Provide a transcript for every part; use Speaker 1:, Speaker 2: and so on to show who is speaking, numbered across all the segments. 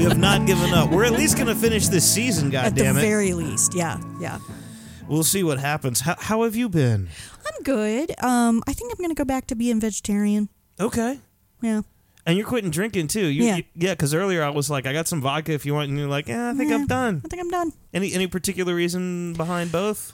Speaker 1: have not given up. We're at least going to finish this season,
Speaker 2: at the
Speaker 1: goddammit. it.
Speaker 2: very least. Yeah, yeah.
Speaker 1: we'll see what happens. How, how have you been?
Speaker 2: I'm good. Um, I think I'm gonna go back to being vegetarian.
Speaker 1: Okay.
Speaker 2: Yeah.
Speaker 1: And you're quitting drinking too. You,
Speaker 2: Yeah.
Speaker 1: you- yeah, because earlier I was like, I got some vodka if you want, and you're like, yeah, I think I'm
Speaker 2: Yeah.
Speaker 1: done.
Speaker 2: I think I'm done.
Speaker 1: Any any particular reason behind both,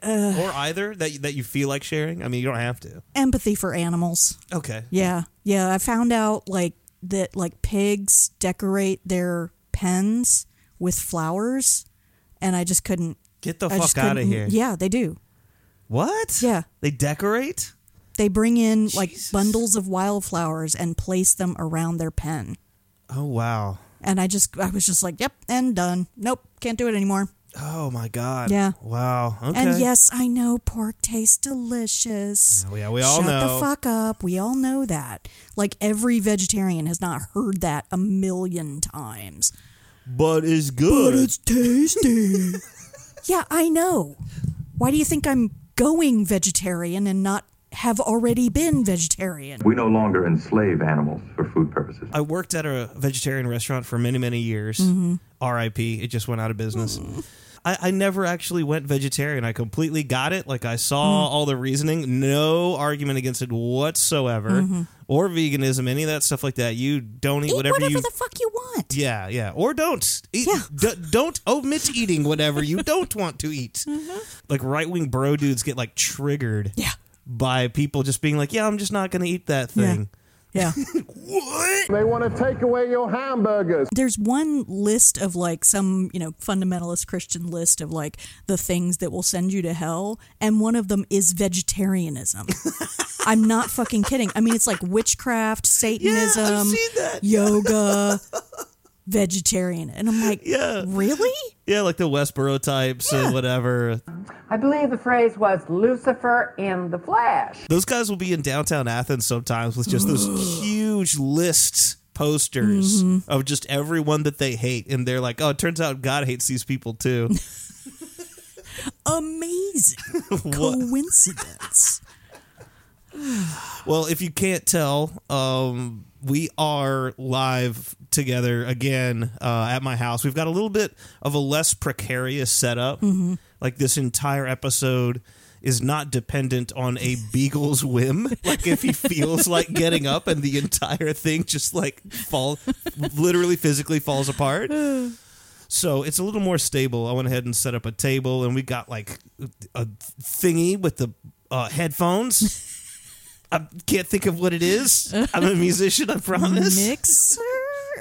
Speaker 2: Uh.
Speaker 1: or either that that you feel like sharing? I mean, you don't have to.
Speaker 2: Empathy for animals.
Speaker 1: Okay.
Speaker 2: Yeah, yeah. I found out like that like pigs decorate their pens with flowers, and I just couldn't.
Speaker 1: Get the
Speaker 2: I just
Speaker 1: fuck out of
Speaker 2: couldn't-
Speaker 1: here.
Speaker 2: Yeah, they do.
Speaker 1: What?
Speaker 2: Yeah.
Speaker 1: They decorate.
Speaker 2: They bring in like
Speaker 1: Jesus.
Speaker 2: bundles of wildflowers and place them around their pen.
Speaker 1: Oh wow.
Speaker 2: And I just, I was just like, yep, and done. Nope, can't do it anymore.
Speaker 1: Oh my god.
Speaker 2: Yeah.
Speaker 1: Wow. Okay.
Speaker 2: And yes, I know pork tastes delicious.
Speaker 1: Yeah, we- yeah, we all
Speaker 2: Shut
Speaker 1: know.
Speaker 2: the fuck up. We all know that. Like every vegetarian has not heard that a million times.
Speaker 1: But it's good.
Speaker 2: tasty. yeah, I know. Why do you think I'm going vegetarian and not have already been vegetarian?
Speaker 3: We no longer enslave animals for food purposes.
Speaker 1: I worked at a vegetarian restaurant for many, many years.
Speaker 2: Mm-hmm.
Speaker 1: R.I.P. It just went out of business.
Speaker 2: Mm.
Speaker 1: I, I never actually went vegetarian. I completely got it. Like I
Speaker 2: Mm.
Speaker 1: saw all the reasoning, no argument against it whatsoever, or veganism, any of that stuff like that. You don't eat,
Speaker 2: Mm-hmm. Eat
Speaker 1: whatever,
Speaker 2: whatever
Speaker 1: you.
Speaker 2: the fuck you want.
Speaker 1: yeah, yeah, or don't. Eat,
Speaker 2: Yeah.
Speaker 1: d- don't omit eating whatever you don't want to eat. Like right wing bro dudes get like triggered
Speaker 2: Mm-hmm. Yeah.
Speaker 1: by people just being like, "Yeah, I'm just not going to eat that
Speaker 2: Yeah.
Speaker 1: thing."
Speaker 2: Yeah.
Speaker 1: What?
Speaker 4: They want to take away your hamburgers.
Speaker 2: There's one list of like some, you know, fundamentalist Christian list of like the things that will send you to hell, and one of them is vegetarianism. I'm not fucking kidding. I mean, it's like witchcraft, Satanism,
Speaker 1: seen that.
Speaker 2: yoga, vegetarian. And I'm like,
Speaker 1: Yeah.
Speaker 2: really?
Speaker 1: Yeah, like the Westboro types and whatever.
Speaker 5: I believe the phrase was Lucifer in the flesh.
Speaker 1: Those guys will be in downtown Athens sometimes with just those huge lists posters of just everyone that they hate and they're like, "Oh, it turns out God hates these people too."
Speaker 2: amazing coincidence.
Speaker 1: well, if you can't tell, um we are live together again uh, at my house. We've got a little bit of a less precarious setup. Like this entire episode is not dependent on a beagle's whim. Like if he feels like getting up and the entire thing just like fall, literally physically falls apart. So it's a little more stable. I went ahead and set up a table, and we got like a thingy with the uh, headphones. I can't think of what it is. I'm a musician, I promise.
Speaker 2: Mixer.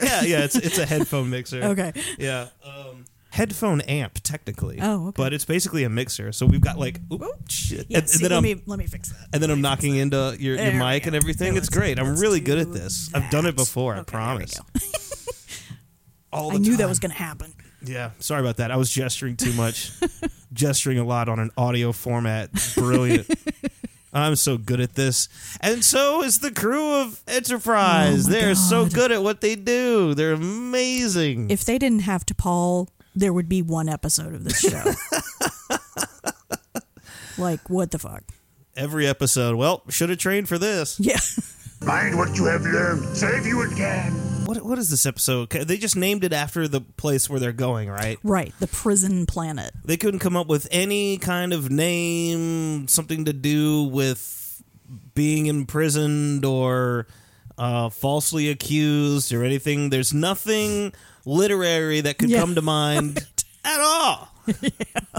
Speaker 1: Yeah, yeah, it's it's a headphone mixer.
Speaker 2: Okay.
Speaker 1: Yeah. Um, headphone amp, technically.
Speaker 2: Oh, okay. Oh,
Speaker 1: But it's basically a mixer. So we've got like, oop, shit. and,
Speaker 2: Yeah,
Speaker 1: and
Speaker 2: see,
Speaker 1: then
Speaker 2: let
Speaker 1: I'm,
Speaker 2: me let me fix that.
Speaker 1: and then I'm knocking into your, your
Speaker 2: There we
Speaker 1: mic
Speaker 2: go.
Speaker 1: and everything.
Speaker 2: Okay,
Speaker 1: it's
Speaker 2: let's-
Speaker 1: great. I'm
Speaker 2: let's
Speaker 1: really
Speaker 2: do
Speaker 1: good at this. I've done it before. I
Speaker 2: Okay, there we
Speaker 1: promise.
Speaker 2: go.
Speaker 1: All the
Speaker 2: I knew
Speaker 1: time.
Speaker 2: that was going to happen.
Speaker 1: Yeah, sorry about that. I was gesturing too much, gesturing a lot on an audio format. Brilliant. I'm so good at this. And so is the crew of Enterprise.
Speaker 2: Oh my
Speaker 1: They're so
Speaker 2: God.
Speaker 1: good at what they do. They're amazing.
Speaker 2: If they didn't have to Paul, there would be one episode of this show. like what the fuck?
Speaker 1: Every episode. Well, should have trained for this.
Speaker 2: Yeah.
Speaker 6: Mind what you have learned. Save you again.
Speaker 1: What what is this episode? 'Kay, They just named it after the place where they're going, right?
Speaker 2: Right, the prison planet.
Speaker 1: They couldn't come up with any kind of name, something to do with being imprisoned or uh, falsely accused or anything. There's nothing literary that could
Speaker 2: Yeah.
Speaker 1: come to mind at all.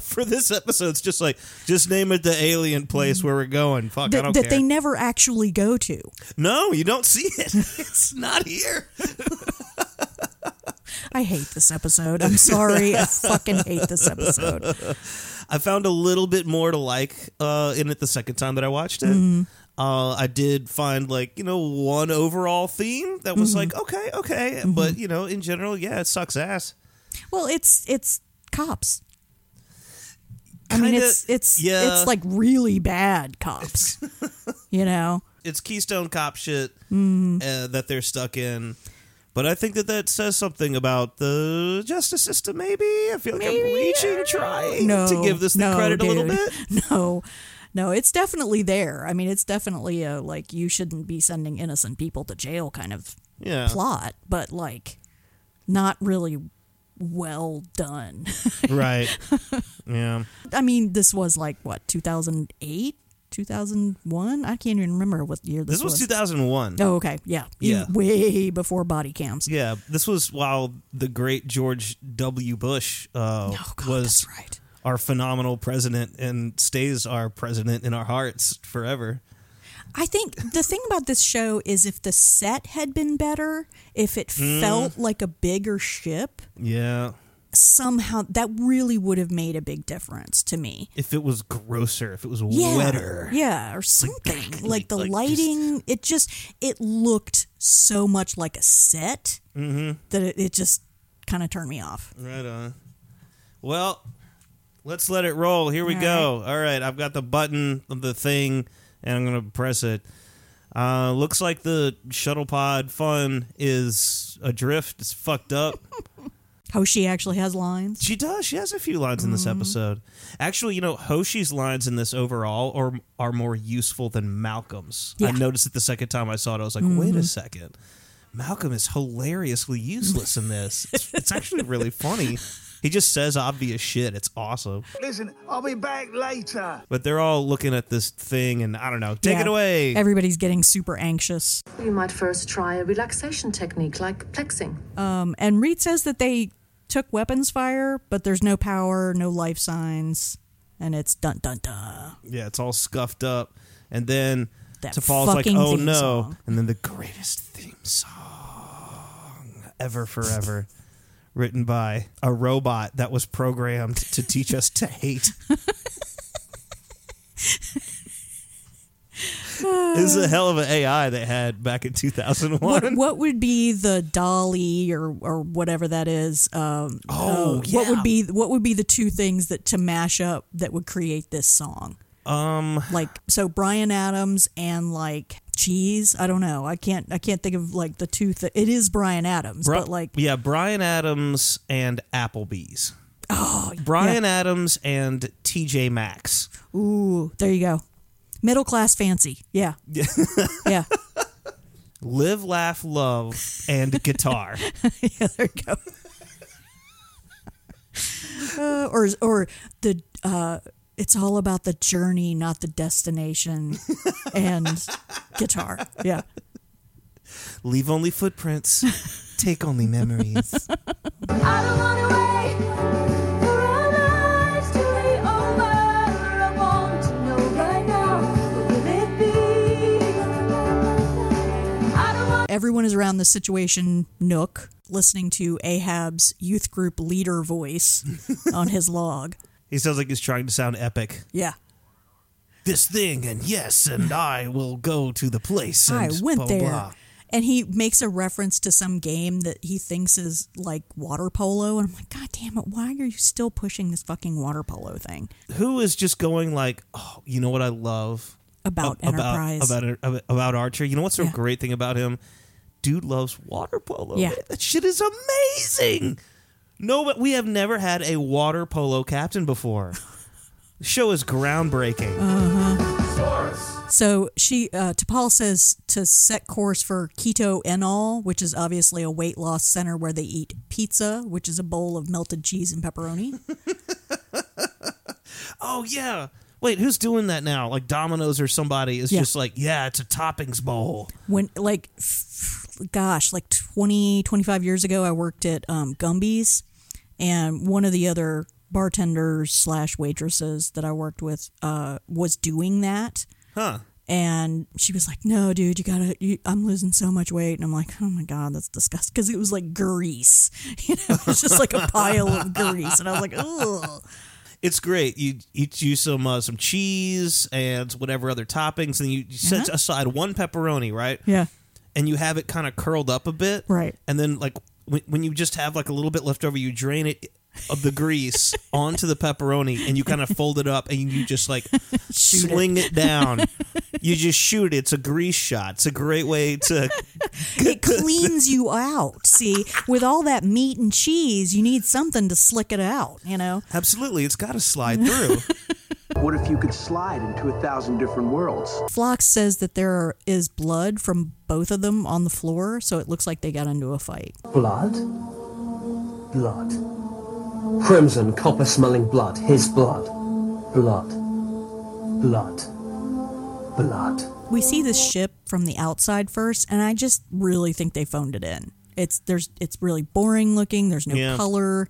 Speaker 1: For this episode, it's just like just name it the alien place where we're going. Fuck, I
Speaker 2: That,
Speaker 1: don't
Speaker 2: that
Speaker 1: care.
Speaker 2: they never actually go to.
Speaker 1: no, you don't see it. it's not here.
Speaker 2: I hate this episode. I'm sorry. I fucking hate this episode.
Speaker 1: I found a little bit more to like uh, in it the second time that I watched it. Uh, I did find like you know one overall theme that was like okay, okay, but you know in general, yeah, it sucks ass.
Speaker 2: Well, it's it's cops. I mean,
Speaker 1: Kinda-
Speaker 2: it's it's
Speaker 1: yeah.
Speaker 2: it's like really bad cops. you know,
Speaker 1: It's Keystone Cop shit uh, that they're stuck in. But I think that that says something about the justice system. Maybe I feel like I'm reaching, trying
Speaker 2: no,
Speaker 1: to give this the
Speaker 2: no,
Speaker 1: credit a little
Speaker 2: dude.
Speaker 1: bit.
Speaker 2: No, no, it's definitely there. I mean, it's definitely a like you shouldn't be sending innocent people to jail kind of
Speaker 1: Yeah.
Speaker 2: plot, but like not really well done.
Speaker 1: right. Yeah.
Speaker 2: I mean, this was like what 2008, 2001. I can't even remember what year this,
Speaker 1: This was 2001.
Speaker 2: Oh, okay, yeah,
Speaker 1: Yeah.
Speaker 2: way before body cams. Oh,
Speaker 1: Yeah, this was while the great George W. Bush uh,
Speaker 2: Oh, God,
Speaker 1: was
Speaker 2: that's right.
Speaker 1: our phenomenal president and stays our president in our hearts forever.
Speaker 2: I think the thing about this show is if the set had been better, if it
Speaker 1: Hmm.
Speaker 2: felt like a bigger ship,
Speaker 1: Yeah.
Speaker 2: somehow that really would have made a big difference to me.
Speaker 1: If it was grosser, if it was
Speaker 2: Yeah,
Speaker 1: wetter.
Speaker 2: yeah, or something like the
Speaker 1: like just-
Speaker 2: lighting. it just it looked so much like a set
Speaker 1: Mm-hmm.
Speaker 2: that it, it just kind of turned me off.
Speaker 1: Right on. Well, let's let it roll. Here we
Speaker 2: All
Speaker 1: go. All right, I've got the button of the thing, and I'm going to press it. Uh, looks like the shuttle pod fun is adrift. It's fucked up.
Speaker 2: How Oh, she actually has lines.
Speaker 1: She does. She has a few lines in this
Speaker 2: Mm-hmm.
Speaker 1: episode. Actually, you know, Hoshi's lines in this overall are are more useful than Malcolm's. I
Speaker 2: Yeah. Mm-hmm.
Speaker 1: noticed it the second time I saw it. I was like, wait a second. Malcolm is hilariously useless in this. It's, it's actually really funny. He just says obvious shit. It's awesome.
Speaker 6: Listen, I'll be back later.
Speaker 1: But they're all looking at this thing and I don't know. Take
Speaker 2: Yeah.
Speaker 1: it away.
Speaker 2: Everybody's getting super anxious.
Speaker 7: You might first try a relaxation technique like plexing.
Speaker 2: Um, and Reed says that they took weapons fire, but there's no power, no life signs, and it's dun dun dun.
Speaker 1: yeah, it's all scuffed up. And then
Speaker 2: That
Speaker 1: T'Pol's like,
Speaker 2: fucking
Speaker 1: oh
Speaker 2: theme
Speaker 1: no.
Speaker 2: song.
Speaker 1: And then the greatest theme song ever, forever, written by a robot that was programmed to teach us to hate. this is a hell of an AI they had back in 2001.
Speaker 2: What, what would be the dolly or or whatever that is? Um,
Speaker 1: Oh,
Speaker 2: uh, what
Speaker 1: yeah.
Speaker 2: would be what would be the two things that to mash up that would create this song? Um, like so Brian Adams and like cheese. I don't know. I can't I can't think of like the two. Th- it is Brian Adams,
Speaker 1: Bri-
Speaker 2: but like
Speaker 1: yeah, Brian Adams and Applebee's. Oh, Brian Adams and TJ Maxx.
Speaker 2: Ooh, there you go. Middle class fancy. Yeah. yeah.
Speaker 1: Live, laugh, love, and guitar.
Speaker 2: Yeah, there you go. Uh, or or the uh it's all about the journey, not the destination and guitar. Yeah.
Speaker 1: Leave only footprints. Take only memories.
Speaker 8: I don't wanna wait for our lives to be over. I want to know right now, will it be? I don't want
Speaker 2: Everyone is around the situation nook listening to Ahab's youth group leader voice on his log.
Speaker 1: he sounds like he's trying to sound epic.
Speaker 2: Yeah.
Speaker 1: This thing, and yes, and I will go to the place.
Speaker 2: I
Speaker 1: And
Speaker 2: went
Speaker 1: blah,
Speaker 2: there.
Speaker 1: blah.
Speaker 2: And he makes a reference to some game that he thinks is like water polo. And I'm like, God damn it, why are you still pushing this fucking water polo thing?
Speaker 1: Who is just going like, oh, you know what I love
Speaker 2: About
Speaker 1: Ab-
Speaker 2: Enterprise.
Speaker 1: about about, about Archer? You know what's a
Speaker 2: Yeah.
Speaker 1: great thing about him? Dude loves water polo.
Speaker 2: Yeah.
Speaker 1: man. that shit is amazing. No, but we have never had a water polo captain before. The show is groundbreaking.
Speaker 2: So she, uh, T'Pol says to set course for Keto Enol, which is obviously a weight loss center where they eat pizza, which is a bowl of melted cheese and pepperoni.
Speaker 1: oh yeah. Wait, who's doing that now? Like Domino's or somebody is
Speaker 2: Yeah.
Speaker 1: just like, yeah, it's a toppings bowl.
Speaker 2: when like f- gosh like 20 25 years ago i worked at um, gumby's and one of the other bartenders slash waitresses that i worked with uh, was doing that
Speaker 1: Huh.
Speaker 2: and she was like no dude you gotta you, i'm losing so much weight and i'm like oh my god that's disgusting because it was like grease you know it's just like a pile of grease and i was like oh
Speaker 1: It's great. You eat you some uh, some cheese and whatever other toppings, and you, you set aside one pepperoni, right?
Speaker 2: Uh-huh. yeah
Speaker 1: And you have it kind of curled up a bit,
Speaker 2: Right.
Speaker 1: And then like when, when you just have like a little bit left over, you drain it of the grease onto the pepperoni, and you kind of fold it up, and you just like
Speaker 2: Shoot it.
Speaker 1: sling it. down. you just shoot it. It's a grease shot. It's a great way to.
Speaker 2: it cleans you out see with all that meat and cheese you need something to slick it out you know
Speaker 1: Absolutely, it's got to slide through.
Speaker 9: What if you could slide into a thousand different worlds?
Speaker 2: Flox says that there is blood from both of them on the floor, so it looks like they got into a fight.
Speaker 9: Blood?
Speaker 10: blood. Crimson, copper smelling blood. His blood. Blood. Blood. Blood.
Speaker 2: We see this ship from the outside first, and I just really think they phoned it in. It's there's it's really boring looking. There's no
Speaker 1: Yeah.
Speaker 2: color.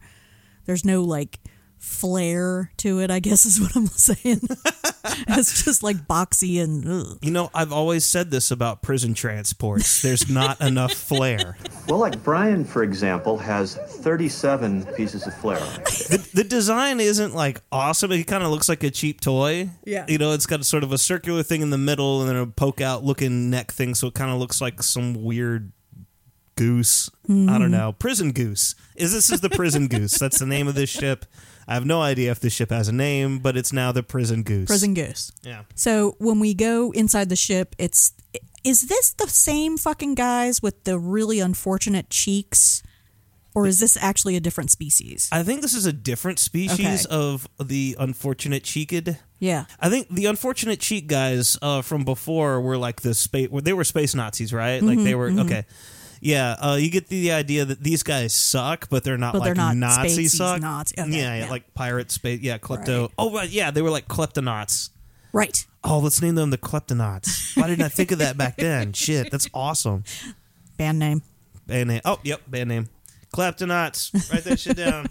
Speaker 2: There's no like flair to it. I guess is what I'm saying. it's just like boxy and ugh.
Speaker 1: You know, I've always said this about prison transports. There's not enough flair.
Speaker 11: Well, like Brian, for example, has 37 pieces of flair.
Speaker 1: The, the design isn't like awesome. It kind of looks like a cheap toy.
Speaker 2: Yeah.
Speaker 1: You know, it's got sort of a circular thing in the middle and then a poke out looking neck thing. So it kind of looks like some weird goose. I
Speaker 2: Mm-hmm.
Speaker 1: don't know. Prison goose. Is this is the prison goose? That's the name of this ship. I have no idea if this ship has a name, but it's now the prison goose.
Speaker 2: prison goose.
Speaker 1: Yeah.
Speaker 2: So when we go inside the ship, it's is this the same fucking guys with the really unfortunate cheeks, or is this actually a different species?
Speaker 1: I think this is a different species
Speaker 2: Okay.
Speaker 1: of the unfortunate cheeked.
Speaker 2: Yeah.
Speaker 1: I think the unfortunate cheek guys uh, from before were like the space. They were space Nazis, right? Like
Speaker 2: Mm-hmm,
Speaker 1: they were okay. Yeah, uh, you get the, the idea that these guys suck, but they're not
Speaker 2: But
Speaker 1: like
Speaker 2: they're not
Speaker 1: Nazi
Speaker 2: spacey
Speaker 1: suck.
Speaker 2: Nazi. Okay,
Speaker 1: yeah, yeah,
Speaker 2: yeah.
Speaker 1: like pirate space. Yeah, klepto.
Speaker 2: Right.
Speaker 1: Oh, right, yeah, they were like kleptonauts.
Speaker 2: Right.
Speaker 1: Oh, let's name them the kleptonauts. Why didn't I think of that back then? Shit, that's awesome.
Speaker 2: Band name.
Speaker 1: Band name. Oh, yep, band name. Kleptonauts. Write that shit down.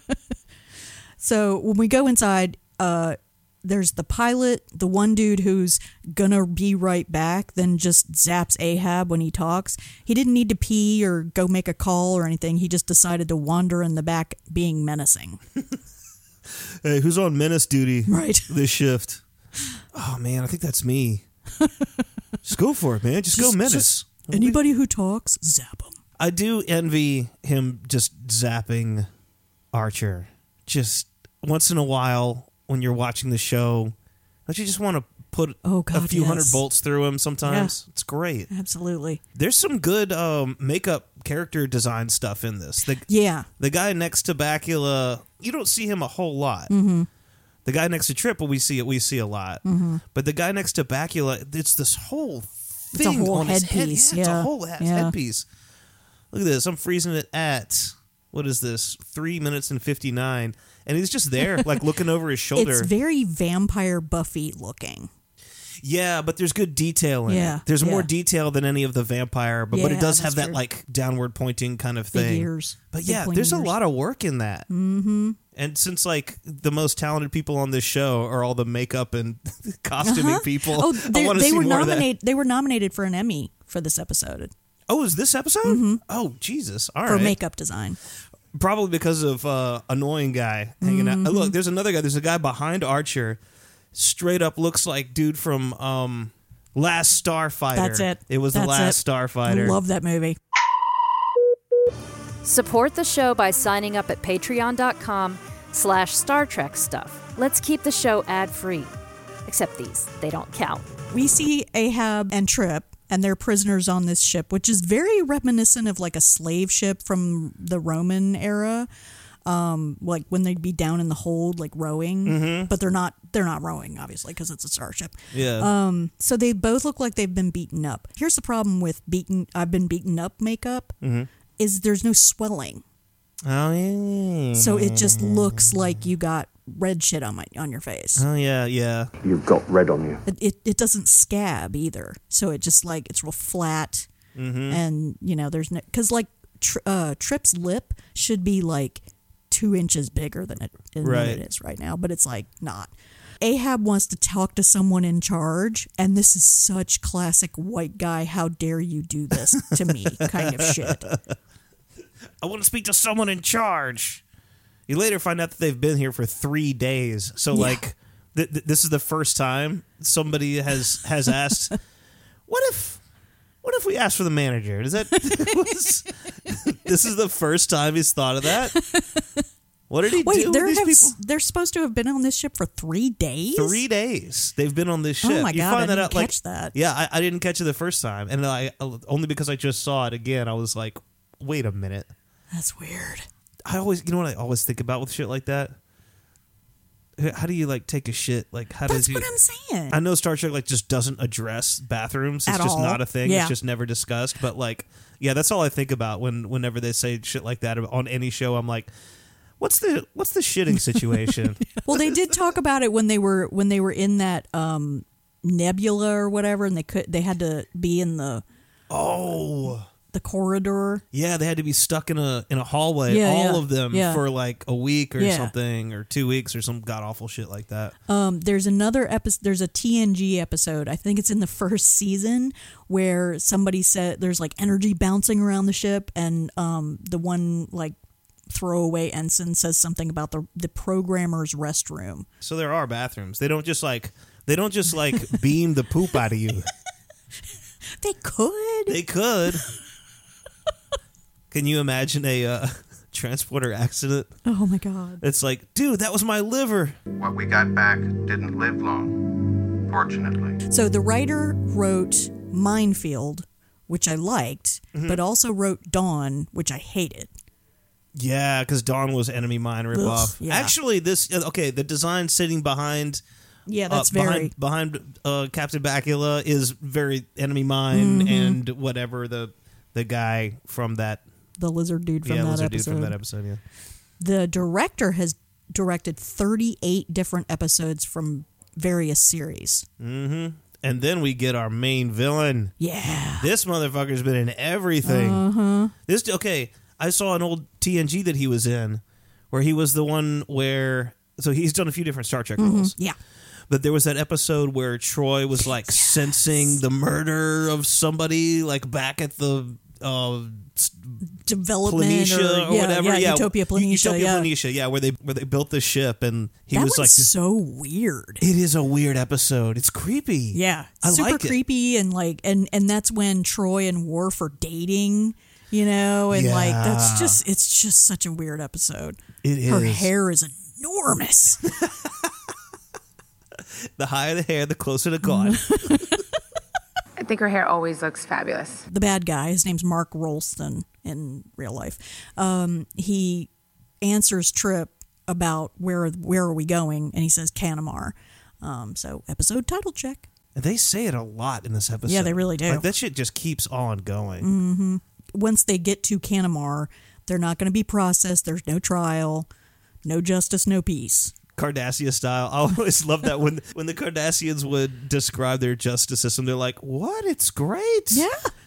Speaker 2: So when we go inside, uh, there's the pilot, the one dude who's gonna be right back, then just zaps Ahab when he talks. He didn't need to pee or go make a call or anything. He just decided to wander in the back, being menacing.
Speaker 1: hey, who's on menace duty?
Speaker 2: Right.
Speaker 1: this shift. Oh man, I think that's me. just go for it, man. Just, go
Speaker 2: Just-
Speaker 1: menace.
Speaker 2: just anybody who talks, zap him.
Speaker 1: I do envy him just zapping Archer. Just once in a while when you're watching the show, don't you just want to put
Speaker 2: Oh,
Speaker 1: a
Speaker 2: God,
Speaker 1: few hundred
Speaker 2: yes.
Speaker 1: bolts through him sometimes? It's great.
Speaker 2: Absolutely.
Speaker 1: There's some good um, makeup character design stuff in this. The,
Speaker 2: Yeah.
Speaker 1: the guy next to Bacula, you don't see him a whole lot.
Speaker 2: Mm-hmm.
Speaker 1: The guy next to Triple, we see it, we see a lot. But the guy next to Bacula, it's this whole
Speaker 2: a
Speaker 1: thing
Speaker 2: whole
Speaker 1: on his head.
Speaker 2: headpiece,
Speaker 1: Yeah, it's a
Speaker 2: yeah,
Speaker 1: whole he-
Speaker 2: yeah.
Speaker 1: headpiece. Look at this. I'm freezing it at what is this? Three minutes and fifty nine, and he's just there, like looking over his shoulder.
Speaker 2: It's very vampire Buffy looking.
Speaker 1: yeah, but there's good detail in
Speaker 2: Yeah,
Speaker 1: it. There's more
Speaker 2: yeah.
Speaker 1: detail than any of the vampire, but, but it
Speaker 2: Yeah,
Speaker 1: does have
Speaker 2: that's
Speaker 1: that
Speaker 2: true.
Speaker 1: like downward pointing kind of
Speaker 2: Big
Speaker 1: thing.
Speaker 2: ears.
Speaker 1: But
Speaker 2: big
Speaker 1: yeah,
Speaker 2: pointy
Speaker 1: there's a
Speaker 2: ears.
Speaker 1: lot of work in that. Mm-hmm. And since like the most talented people on this show are all the makeup and costuming people,
Speaker 2: Oh,
Speaker 1: I
Speaker 2: they,
Speaker 1: want to
Speaker 2: they
Speaker 1: see
Speaker 2: were
Speaker 1: more of that.
Speaker 2: nominated. They were nominated for an Emmy for this episode
Speaker 1: Oh, is this episode? Oh, Jesus! All right,
Speaker 2: Mm-hmm. for makeup design.
Speaker 1: probably because of uh, annoying guy hanging out.
Speaker 2: Mm-hmm.
Speaker 1: Uh, Look, there's another guy. There's a guy behind Archer, straight up looks like dude from um, Last Starfighter.
Speaker 2: That's it.
Speaker 1: It was the
Speaker 2: That's
Speaker 1: Last
Speaker 2: it.
Speaker 1: Starfighter.
Speaker 2: I love that movie.
Speaker 12: Support the show by signing up at patreon.com slash Star Trek stuff. Let's keep the show ad-free. Except these, they don't count.
Speaker 2: We see Ahab and Trip, and they're prisoners on this ship, which is very reminiscent of like a slave ship from the Roman era. Um, like when they'd be down in the hold, like rowing,
Speaker 1: Mm-hmm.
Speaker 2: but they're not. They're not rowing, obviously, because it's a starship. Um,
Speaker 1: yeah.
Speaker 2: So they both look like they've been beaten up. Here's the problem with beaten. I've been beaten up makeup. Is there's no swelling,
Speaker 1: Mm-hmm. oh yeah.
Speaker 2: so it just looks like you got red shit on my on your face.
Speaker 1: Oh yeah. Yeah.
Speaker 10: You've got red on you.
Speaker 2: It it, it doesn't scab either, so it just like it's real flat,
Speaker 1: Mm-hmm.
Speaker 2: and you know there's no because like tr- uh, Trip's lip should be like two inches bigger than it than
Speaker 1: Right.
Speaker 2: it is right now, but it's like not. Ahab wants to talk to someone in charge, and this is such classic white guy. How dare you do this to me? kind of shit.
Speaker 1: I want to speak to someone in charge. You later find out that they've been here for three days. So, like, th- th- this is the first time somebody has has asked, "What if, what if we ask for the manager?" Is that this is the first time he's thought of that? What did he
Speaker 2: Wait,
Speaker 1: do?
Speaker 2: they're
Speaker 1: with
Speaker 2: have,
Speaker 1: these people?
Speaker 2: they're supposed to have been on this ship for three days.
Speaker 1: Three days they've been on this
Speaker 2: Oh
Speaker 1: ship.
Speaker 2: my
Speaker 1: you
Speaker 2: God,
Speaker 1: find
Speaker 2: I
Speaker 1: that
Speaker 2: didn't
Speaker 1: out like
Speaker 2: catch that.
Speaker 1: yeah, I, I didn't catch it the first time, and I only because I just saw it again. I was like, wait a minute.
Speaker 2: That's weird.
Speaker 1: I always, you know what I always think about with shit like that. How do you like take a shit? Like how
Speaker 2: That's
Speaker 1: does you?
Speaker 2: what I'm saying.
Speaker 1: I know Star Trek like just doesn't address bathrooms. It's
Speaker 2: At
Speaker 1: just
Speaker 2: all.
Speaker 1: not a thing.
Speaker 2: Yeah.
Speaker 1: It's just never discussed. But like, yeah, that's all I think about when whenever they say shit like that on any show. I'm like, What's the what's the shitting situation?
Speaker 2: Well, they did talk about it when they were when they were in that um, nebula or whatever, and they could they had to be in the
Speaker 1: oh
Speaker 2: the corridor.
Speaker 1: Yeah, they had to be stuck in a in a hallway,
Speaker 2: Yeah,
Speaker 1: all
Speaker 2: yeah,
Speaker 1: of them
Speaker 2: yeah.
Speaker 1: for like a week or
Speaker 2: Yeah.
Speaker 1: something, or two weeks or some god awful shit like that.
Speaker 2: Um, there's another episode. There's a TNG episode. I think it's in the first season where somebody said there's like energy bouncing around the ship, and um, the one like throwaway ensign says something about the the programmer's restroom.
Speaker 1: So there are bathrooms. They don't just like they don't just like beam the poop out of you.
Speaker 2: They could.
Speaker 1: They could. Can you imagine a uh, transporter accident?
Speaker 2: Oh my god.
Speaker 1: It's like, dude, that was my liver.
Speaker 13: What we got back didn't live long, fortunately.
Speaker 2: So the writer wrote Minefield, which I liked,
Speaker 1: Mm-hmm.
Speaker 2: but also wrote Dawn, which I hated.
Speaker 1: Yeah, because Dawn was enemy mine ripoff.
Speaker 2: Ugh, yeah.
Speaker 1: Actually, this uh, okay. The design sitting behind,
Speaker 2: Yeah, that's
Speaker 1: uh,
Speaker 2: very.
Speaker 1: behind, behind uh, Captain Bacula is very enemy mine
Speaker 2: Mhm.
Speaker 1: and whatever the the guy from that
Speaker 2: The lizard dude from
Speaker 1: yeah
Speaker 2: that
Speaker 1: lizard dude
Speaker 2: episode.
Speaker 1: from that episode. Yeah,
Speaker 2: The director has directed 38 different episodes from various series.
Speaker 1: hmm and then we get our main villain.
Speaker 2: Yeah,
Speaker 1: this motherfucker's been in everything.
Speaker 2: Uh-huh.
Speaker 1: This okay. I saw an old TNG that he was in, where he was the one where. So he's done a few different Star Trek
Speaker 2: Mhm.
Speaker 1: roles.
Speaker 2: Yeah.
Speaker 1: But there was that episode where Troy was like sensing the murder of somebody, like back at the uh, s-
Speaker 2: Development
Speaker 1: Planitia or,
Speaker 2: yeah,
Speaker 1: whatever.
Speaker 2: Yeah,
Speaker 1: Yeah,
Speaker 2: Utopia
Speaker 1: U-
Speaker 2: Planitia.
Speaker 1: Utopia
Speaker 2: yeah.
Speaker 1: Planitia. Yeah, where they where they built the ship and he
Speaker 2: that
Speaker 1: was
Speaker 2: one's
Speaker 1: like this-
Speaker 2: so weird.
Speaker 1: It is a weird episode. It's creepy.
Speaker 2: Yeah,
Speaker 1: I
Speaker 2: super
Speaker 1: like it.
Speaker 2: creepy and like and and that's when Troy and Worf are dating, you know, and like that's
Speaker 1: Yeah.
Speaker 2: just it's just such a weird episode.
Speaker 1: It
Speaker 2: Her
Speaker 1: is.
Speaker 2: hair is enormous.
Speaker 1: The higher the hair, the closer to
Speaker 2: Mm-hmm.
Speaker 1: God.
Speaker 14: I think her hair always looks fabulous.
Speaker 2: the bad guy, his name's Mark Rolston in real life. Um, he answers Trip about where where are we going, and he says Canamar. Um, so episode title check.
Speaker 1: And they say it a lot in this episode.
Speaker 2: they really do.
Speaker 1: Like that shit just keeps on going.
Speaker 2: hmm Once they get to Canamar, they're not going to be processed. There's no trial, no justice, no peace.
Speaker 1: Cardassia style. I always love that when when the Cardassians would describe their justice system, they're like, "What? It's great. Yeah,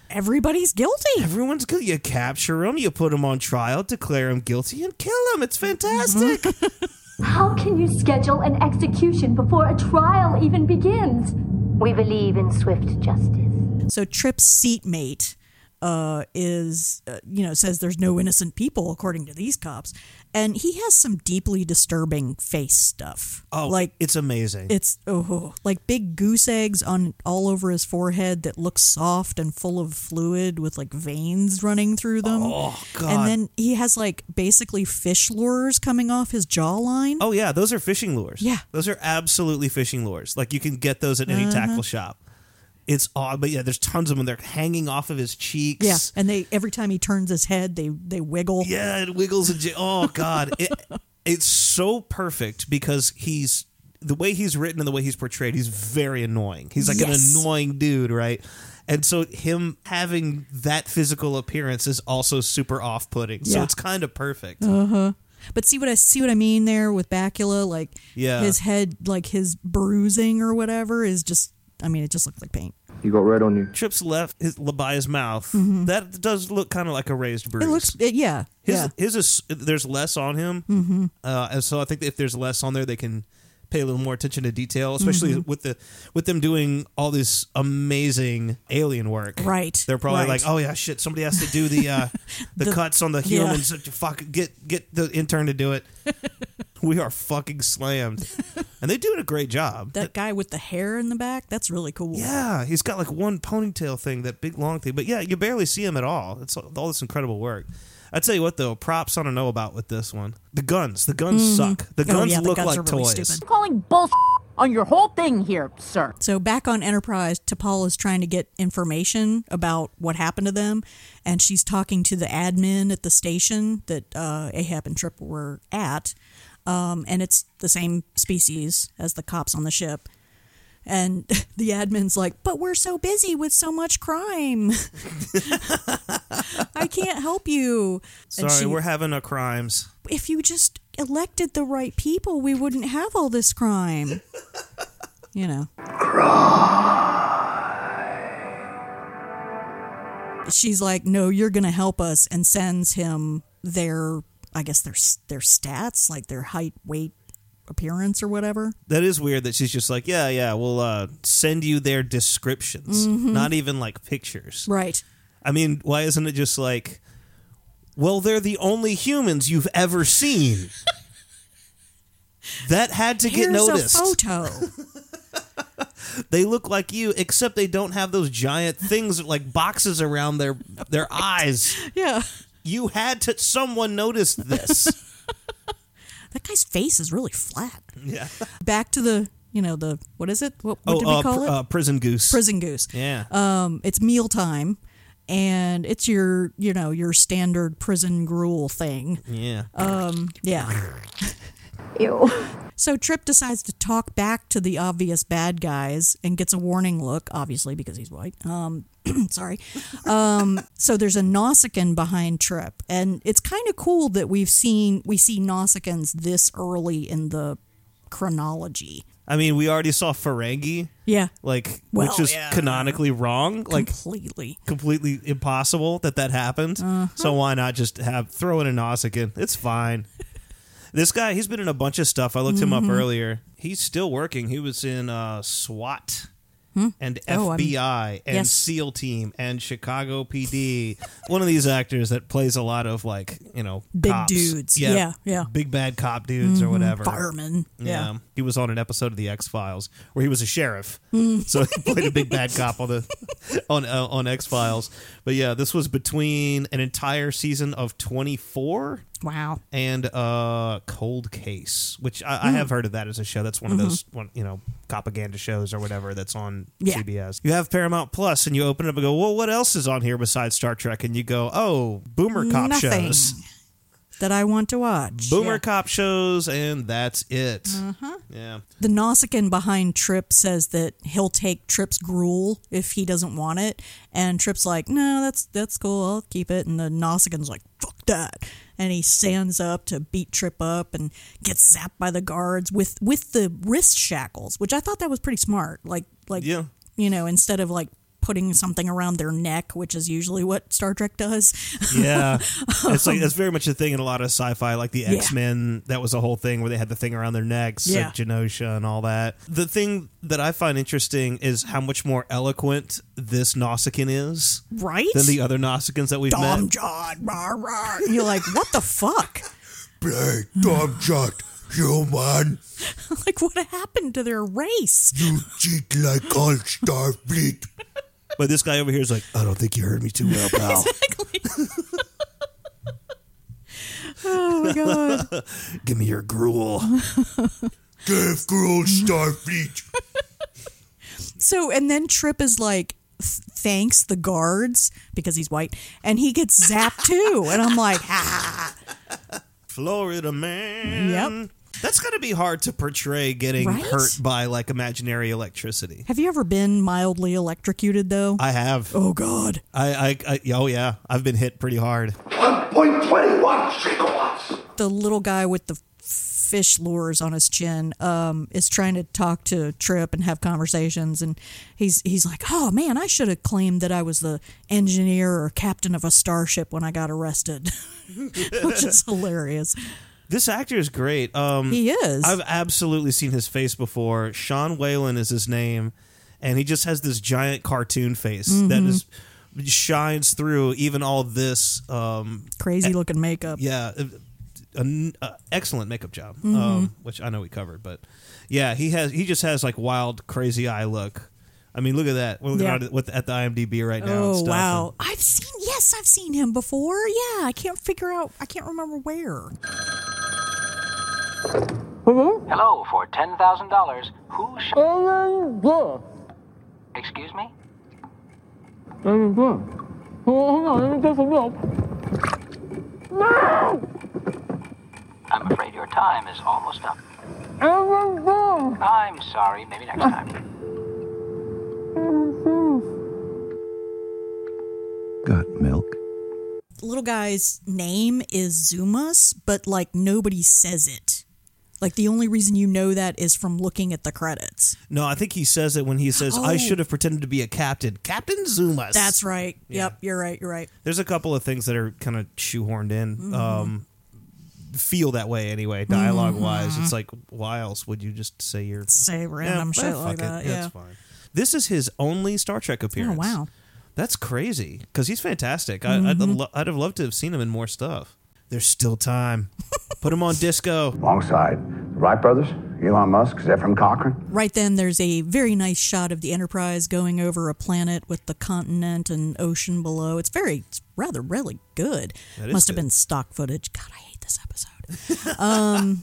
Speaker 2: everybody's guilty.
Speaker 1: Everyone's guilty. You capture them, you put them on trial, declare them guilty, and kill them. It's
Speaker 2: Mm-hmm.
Speaker 1: fantastic."
Speaker 8: How can you schedule an execution before a trial even begins? We believe in swift justice.
Speaker 2: So Trip's seatmate uh, is, uh, you know, says there's no innocent people according to these cops, and he has some deeply disturbing face stuff.
Speaker 1: oh, like it's amazing.
Speaker 2: It's oh, like big goose eggs on all over his forehead that look soft and full of fluid with like veins running through them.
Speaker 1: Oh, God.
Speaker 2: And then he has like basically fish lures coming off his jawline.
Speaker 1: oh yeah, those are fishing lures.
Speaker 2: Yeah.
Speaker 1: those are absolutely fishing lures. Like you can get those at any
Speaker 2: Uh-huh.
Speaker 1: tackle shop. It's odd, but yeah, there's tons of them. They're hanging off of his cheeks.
Speaker 2: Yeah, and they every time he turns his head, they they wiggle.
Speaker 1: Yeah, it wiggles and j- oh god, it, it's so perfect because he's the way he's written and the way he's portrayed. He's very annoying. He's like
Speaker 2: Yes.
Speaker 1: an annoying dude, right? And so him having that physical appearance is also super off-putting. So
Speaker 2: Yeah.
Speaker 1: it's kind of perfect.
Speaker 2: Uh huh. But see what I see what I mean there with Bacula, like
Speaker 1: Yeah.
Speaker 2: his head, like his bruising or whatever is just. I mean, it just looks like paint.
Speaker 1: You got red on you. Trips left his by his mouth. That does look kind of like a raised bruise.
Speaker 2: Mm-hmm. It looks, it, yeah,
Speaker 1: His,
Speaker 2: yeah.
Speaker 1: his is there's less on him,
Speaker 2: Mhm.
Speaker 1: uh, and so I think that if there's less on there, they can pay a little more attention to detail, especially
Speaker 2: Mhm.
Speaker 1: with the with them doing all this amazing alien work.
Speaker 2: Right,
Speaker 1: They're probably
Speaker 2: right.
Speaker 1: like, oh yeah, shit, somebody has to do the uh, the,
Speaker 2: The-
Speaker 1: cuts on the
Speaker 2: yeah.
Speaker 1: humans. uh, Fuck, get get the intern to do it. we are fucking slammed, and they're doing a great job.
Speaker 2: That guy with the hair in the back, that's really cool.
Speaker 1: Yeah, he's got like one ponytail thing, that big long thing. But yeah, you barely see him at all. It's all this incredible work. I tell you what, though, props I don't know about with this one. The guns, the guns
Speaker 2: Mhm.
Speaker 1: suck. The
Speaker 2: Oh,
Speaker 1: guns
Speaker 2: yeah, the
Speaker 1: look
Speaker 2: guns are
Speaker 1: like
Speaker 2: really
Speaker 1: toys.
Speaker 2: stupid.
Speaker 14: Calling bull on your whole thing here, sir.
Speaker 2: So back on Enterprise, T'Pol is trying to get information about what happened to them, and she's talking to the admin at the station that uh, Ahab and Trip were at, um, and it's the same species as the cops on the ship. And the admin's like, "But we're so busy with so much crime, I can't help you." And
Speaker 1: Sorry,
Speaker 2: she-
Speaker 1: we're having our crimes.
Speaker 2: if you just elected the right people, we wouldn't have all this crime. You know. She's like, "No, you're going to help us," and sends him their, I guess their s- their stats, like their height, weight, appearance, or whatever.
Speaker 1: That is weird that she's just like, yeah, yeah, we'll uh, send you their descriptions,
Speaker 2: Mhm.
Speaker 1: not even like pictures.
Speaker 2: Right.
Speaker 1: I mean, why isn't it just like, well, they're the only humans you've ever seen? that had to get
Speaker 2: Here's
Speaker 1: noticed.
Speaker 2: a photo.
Speaker 1: They look like you, except they don't have those giant things like boxes around their their eyes.
Speaker 2: Yeah.
Speaker 1: You had to someone noticed this.
Speaker 2: that guy's face is really flat.
Speaker 1: yeah.
Speaker 2: Back to the, you know, the what is it? What, what
Speaker 1: oh,
Speaker 2: did we
Speaker 1: uh,
Speaker 2: call
Speaker 1: pr-
Speaker 2: it?
Speaker 1: uh, prison goose.
Speaker 2: Prison goose.
Speaker 1: Yeah.
Speaker 2: Um, it's mealtime and it's your, you know, your standard prison gruel thing.
Speaker 1: Yeah.
Speaker 2: Um, yeah. Ew. So Trip decides to talk back to the obvious bad guys and gets a warning look, obviously because he's white. Um, sorry. Um, so there's a Nausicaan behind Trip, and it's kind of cool that we've seen we see Nausicaans this early in the chronology.
Speaker 1: I mean, we already saw Ferengi.
Speaker 2: Yeah.
Speaker 1: Like,
Speaker 2: Well,
Speaker 1: which is
Speaker 2: yeah.
Speaker 1: canonically wrong. Like,
Speaker 2: completely,
Speaker 1: completely impossible that that happened.
Speaker 2: Uh-huh.
Speaker 1: So why not just have throw in a Nausicaan? It's fine. this guy, he's been in a bunch of stuff. I looked him up
Speaker 2: Mhm.
Speaker 1: earlier. He's still working. He was in uh, SWAT.
Speaker 2: Hmm?
Speaker 1: And
Speaker 2: Oh, I'm-
Speaker 1: FBI and
Speaker 2: Yes.
Speaker 1: SEAL Team and Chicago PD. One of these actors that plays a lot of like you know
Speaker 2: Big
Speaker 1: cops.
Speaker 2: dudes. Yeah, yeah.
Speaker 1: big bad cop dudes or
Speaker 2: Mhm.
Speaker 1: whatever.
Speaker 2: Firemen. Yeah.
Speaker 1: Um, he was on an episode of the X Files where he was a sheriff,
Speaker 2: Mm.
Speaker 1: so he played a big bad cop on the on uh, on X Files. But yeah, this was between an entire season of twenty four.
Speaker 2: Wow.
Speaker 1: And uh, Cold Case, which I, I
Speaker 2: Mm.
Speaker 1: have heard of that as a show. That's one of
Speaker 2: Mhm.
Speaker 1: those one, you know propaganda shows or whatever that's on
Speaker 2: Yeah.
Speaker 1: CBS. You have Paramount Plus, and you open it up and go, "Well, what else is on here besides Star Trek?" And you go, "Oh, boomer cop
Speaker 2: Nothing.
Speaker 1: shows."
Speaker 2: that I want to watch.
Speaker 1: Boomer
Speaker 2: Yeah.
Speaker 1: cop shows, and that's it.
Speaker 2: Uh-huh.
Speaker 1: Yeah.
Speaker 2: The Nausicaan behind Trip says that he'll take Trip's gruel if he doesn't want it, and Trip's like, "No, that's that's cool. I'll keep it." And the Nausicaan's like, "Fuck that!" And he stands up to beat Trip up and gets zapped by the guards with with the wrist shackles, which I thought that was pretty smart. Like like
Speaker 1: Yeah.
Speaker 2: you know, instead of like putting something around their neck, which is usually what Star Trek does.
Speaker 1: Yeah. it's like that's very much a thing in a lot of sci-fi, like the
Speaker 2: Um, Yeah.
Speaker 1: X Men. That was a whole thing where they had the thing around their necks,
Speaker 2: Yeah.
Speaker 1: like Genosha and all that. The thing that I find interesting is how much more eloquent this Nausicaan is,
Speaker 2: Right?
Speaker 1: Than the other Nausicaans that we've
Speaker 2: Dom
Speaker 1: met.
Speaker 2: John, rah, rah. You're like, what the fuck?
Speaker 15: Hey, Tom Shot, human,
Speaker 2: like, what happened to their race?
Speaker 15: you cheat like all Starfleet.
Speaker 1: But this guy over here is like, I don't think you heard me too well, pal.
Speaker 2: Oh my god.
Speaker 1: Give me your gruel.
Speaker 15: Give gruel Starfleet.
Speaker 2: So, and then Trip is like, th- thanks the guards because he's white, and he gets zapped too. And I'm like, ah,
Speaker 1: Florida man. Yep. That's got to be hard to portray getting
Speaker 2: Right?
Speaker 1: hurt by like imaginary electricity.
Speaker 2: have you ever been mildly electrocuted though?
Speaker 1: I have.
Speaker 2: Oh God.
Speaker 1: I, I, I oh yeah, I've been hit pretty hard.
Speaker 6: Point twenty one gigawatts.
Speaker 2: the little guy with the fish lures on his chin um, is trying to talk to Trip and have conversations, and he's he's like, "Oh man, I should have claimed that I was the engineer or captain of a starship when I got arrested," which is hilarious.
Speaker 1: This actor is great. Um,
Speaker 2: He is.
Speaker 1: I've absolutely seen his face before. Sean Whalen is his name, and he just has this giant cartoon face that
Speaker 2: Mhm.
Speaker 1: is shines through even all this um,
Speaker 2: Crazy looking makeup.
Speaker 1: Yeah, uh, an uh, excellent makeup job,
Speaker 2: Mhm.
Speaker 1: um, which I know we covered, but yeah, he has he just has like wild, crazy eye look. I mean, look at that. We're looking
Speaker 2: Yeah.
Speaker 1: at it with, at the IMDb right now. and
Speaker 2: Oh
Speaker 1: stuff,
Speaker 2: wow! I've seen yes, I've seen him before. Yeah, I can't figure out. I can't remember where.
Speaker 16: Hello, for $10,000, who
Speaker 4: Alan Gore.
Speaker 16: Excuse me?
Speaker 4: Alan Gore. Oh, hold on, let me take a look. No!
Speaker 16: I'm afraid your time is almost up.
Speaker 4: Alan Gore.
Speaker 16: I'm sorry, maybe next time.
Speaker 4: Alan Gore.
Speaker 3: Got milk?
Speaker 2: little guy's name is Zumas, but like nobody says it. Like the only reason you know that is from looking at the credits.
Speaker 1: No, I think he says it when he says, "I
Speaker 2: Oh.
Speaker 1: should have pretended to be a captain, Captain Zumas."
Speaker 2: That's right. Yep, you're right. You're right.
Speaker 1: There's a couple of things that are kind of shoehorned in.
Speaker 2: Mhm.
Speaker 1: Um, feel that way anyway, dialog wise.
Speaker 2: Mhm.
Speaker 1: It's like, why else would you just say your
Speaker 2: Say random shit
Speaker 1: well,
Speaker 2: like
Speaker 1: fuck it.
Speaker 2: that, yeah. Oh,
Speaker 1: That's fine. This is his only Star Trek appearance.
Speaker 2: wow.
Speaker 1: that's crazy because he's fantastic. I, I'd,
Speaker 2: Mhm.
Speaker 1: lo- I'd have loved to have seen him in more stuff. There's still time. Put him on disco.
Speaker 17: Alongside the Wright brothers, Elon Musk, Zephyr Cochrane.
Speaker 2: Right then, there's a very nice shot of the Enterprise going over a planet with the continent and ocean below. It's very, it's rather, really good.
Speaker 8: That is
Speaker 2: Must have
Speaker 8: good.
Speaker 2: been stock footage. God, I hate this episode. um,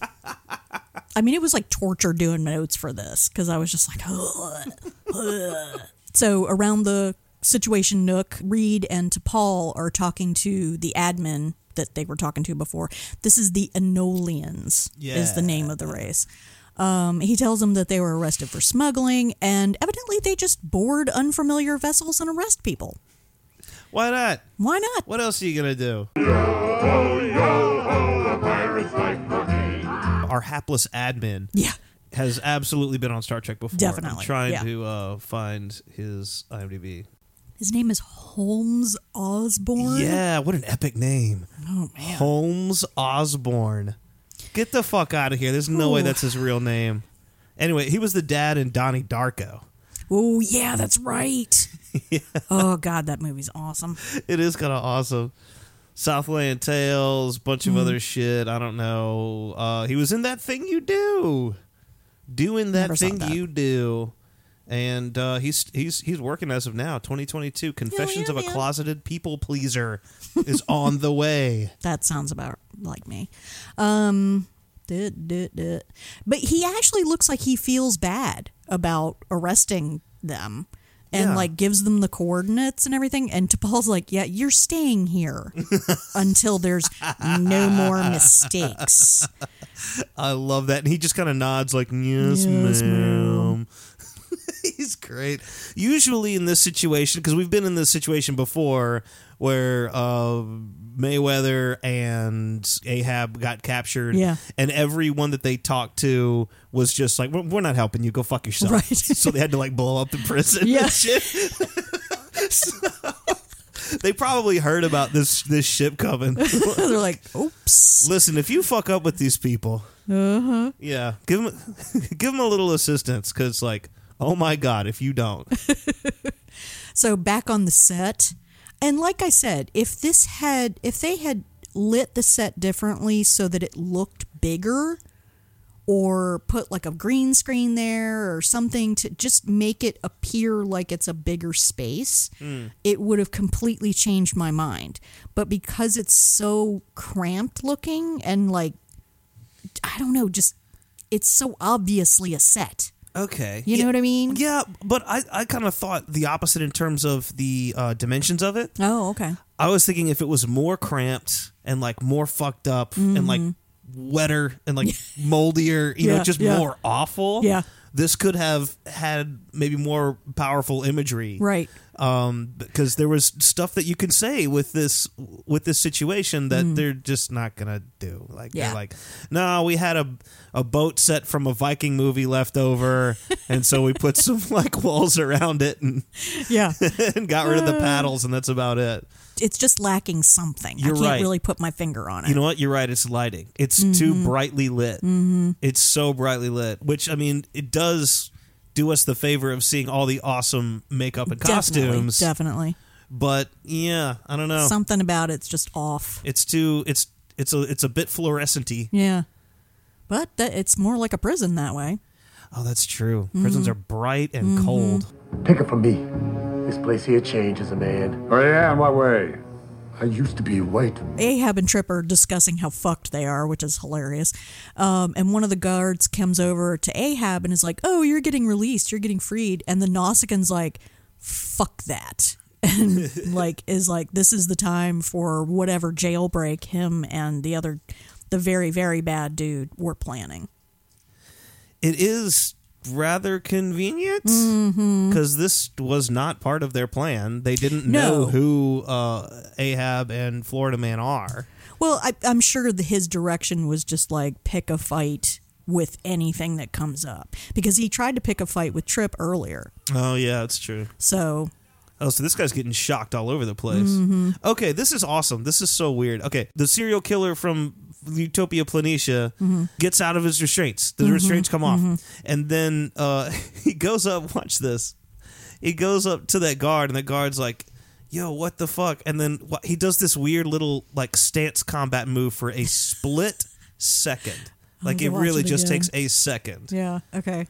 Speaker 2: I mean, it was like torture doing notes for this because I was just like, ugh, ugh. so around the situation nook, Reed and T'Pol are talking to the admin that they were talking to before. This is the Enolians, is the name of the race. Um, he tells them that they were arrested for smuggling, and evidently they just board unfamiliar vessels and arrest people.
Speaker 1: Why not?
Speaker 2: Why not?
Speaker 1: What else are you gonna do? Our hapless admin,
Speaker 2: yeah,
Speaker 1: has absolutely been on Star Trek before.
Speaker 2: Definitely,
Speaker 1: I'm trying
Speaker 2: yeah.
Speaker 1: to uh, find his IMDb.
Speaker 2: His name is Holmes Osborne.
Speaker 1: Yeah, what an epic name,
Speaker 2: Oh, man.
Speaker 1: Holmes Osborne. Get the fuck out of here. There's no way
Speaker 2: Ooh.
Speaker 1: that's his real name. Anyway, he was the dad in Donnie Darko.
Speaker 2: Oh, yeah, that's right. Oh, God, that movie's awesome.
Speaker 1: It is kind of awesome. Southland Tales, bunch of
Speaker 2: Mhm.
Speaker 1: other shit. I don't know. Uh, he was in that thing you do, doing that
Speaker 2: Never saw
Speaker 1: thing
Speaker 2: that.
Speaker 1: you do, and uh, he's he's he's working as of now, 2022. Confessions of a Closeted People Pleaser is on the way.
Speaker 2: That sounds about like me. Um, duh, duh, duh. But he actually looks like he feels bad about arresting them and
Speaker 8: Yeah.
Speaker 2: like gives them the coordinates and everything. And T'Pol's like, yeah, you're staying here until there's no more mistakes.
Speaker 1: I love that, and he just kind of nods like, "Yes,
Speaker 2: Yes,
Speaker 1: ma'am." He's great. Usually in this situation, because we've been in this situation before, where uh, Mayweather and Ahab got captured,
Speaker 2: Yeah.
Speaker 1: and everyone that they talked to was just like, "We're, we're not helping you. Go fuck yourself." Right. so they had to like blow up the prison.
Speaker 2: Yeah.
Speaker 1: and shit. So- they probably heard about this this ship coming.
Speaker 2: They're like, "Oops."
Speaker 1: Listen, if you fuck up with these people.
Speaker 2: Uh huh.
Speaker 1: Yeah, give him give him a little assistance because, like, oh my god, if you don't,
Speaker 2: So back on the set. And like I said, if this had if they had lit the set differently so that it looked bigger or put like a green screen there or something to just make it appear like it's a bigger space,
Speaker 8: Mm.
Speaker 2: it would have completely changed my mind. But because it's so cramped looking and like I don't know, just it's so obviously a set.
Speaker 1: okay,
Speaker 2: You know what I mean?
Speaker 1: Yeah, but I I kind of thought the opposite in terms of the uh, dimensions of it.
Speaker 2: Oh, okay.
Speaker 1: I was thinking if it was more cramped and like more fucked up and like
Speaker 2: Mhm.
Speaker 1: wetter and like moldier, you know,
Speaker 2: Yeah,
Speaker 1: just
Speaker 2: yeah.
Speaker 1: more awful.
Speaker 2: Yeah.
Speaker 1: this could have had maybe more powerful imagery,
Speaker 2: Right.
Speaker 1: Um, because there was stuff that you can say with this with this situation that
Speaker 2: Mm.
Speaker 1: they're just not gonna do. Like
Speaker 2: Yeah.
Speaker 1: they're like, no, we had a a boat set from a Viking movie left over, and so we put some like walls around it and
Speaker 2: Yeah.
Speaker 1: and got rid of the
Speaker 2: Uh.
Speaker 1: paddles, and that's about it.
Speaker 2: it's just lacking something.
Speaker 1: You're
Speaker 2: I can't
Speaker 1: right.
Speaker 2: really put my finger on it.
Speaker 1: You know what? You're right. It's lighting. It's too
Speaker 2: Mhm.
Speaker 1: brightly lit.
Speaker 2: Mhm.
Speaker 1: It's so brightly lit, which I mean, it does do us the favor of seeing all the awesome makeup and costumes. Oh.
Speaker 2: Definitely.
Speaker 1: But yeah, I don't know.
Speaker 2: definitely. Something about it's just off.
Speaker 1: It's too. It's it's a it's a bit fluorescenty.
Speaker 2: Yeah. But that, it's more like a prison that way.
Speaker 1: Oh, that's true. Prisons
Speaker 2: Mhm.
Speaker 1: are bright and
Speaker 2: Mhm.
Speaker 1: cold.
Speaker 18: Take it from me. This place here changes a man. Oh, yeah? In what way? I used to be white.
Speaker 2: Ahab and Trip are discussing how fucked they are, which is hilarious. Um, and one of the guards comes over to Ahab and is like, "Oh, you're getting released. You're getting freed." And the Nausicaane's like, "Fuck that." And like is like this is the time for whatever jailbreak him and the other the very very bad dude were planning.
Speaker 1: It is rather convenient
Speaker 2: Mhm.
Speaker 1: because this was not part of their plan. They didn't
Speaker 2: No.
Speaker 1: know who uh, Ahab and Florida Man are.
Speaker 2: Well, I, I'm sure the, his direction was just like pick a fight with anything that comes up because he tried to pick a fight with Trip earlier.
Speaker 1: Oh yeah, that's true.
Speaker 2: So
Speaker 1: Oh, so this guy's getting shocked all over the place.
Speaker 2: Mhm.
Speaker 1: Okay, this is awesome. This is so weird. Okay, the serial killer from Utopia Planitia
Speaker 2: Mhm.
Speaker 1: gets out of his restraints. The
Speaker 2: Mhm,
Speaker 1: restraints come off,
Speaker 2: mhm.
Speaker 1: and then uh, he goes up. Watch this. He goes up to that guard, and the guard's like, "Yo, what the fuck?" And then wh- he does this weird little like stance combat move for a split second.
Speaker 2: I'll
Speaker 1: Like
Speaker 2: have to
Speaker 1: it
Speaker 2: watch
Speaker 1: really
Speaker 2: it
Speaker 1: just
Speaker 2: again.
Speaker 1: takes a second.
Speaker 2: yeah, okay.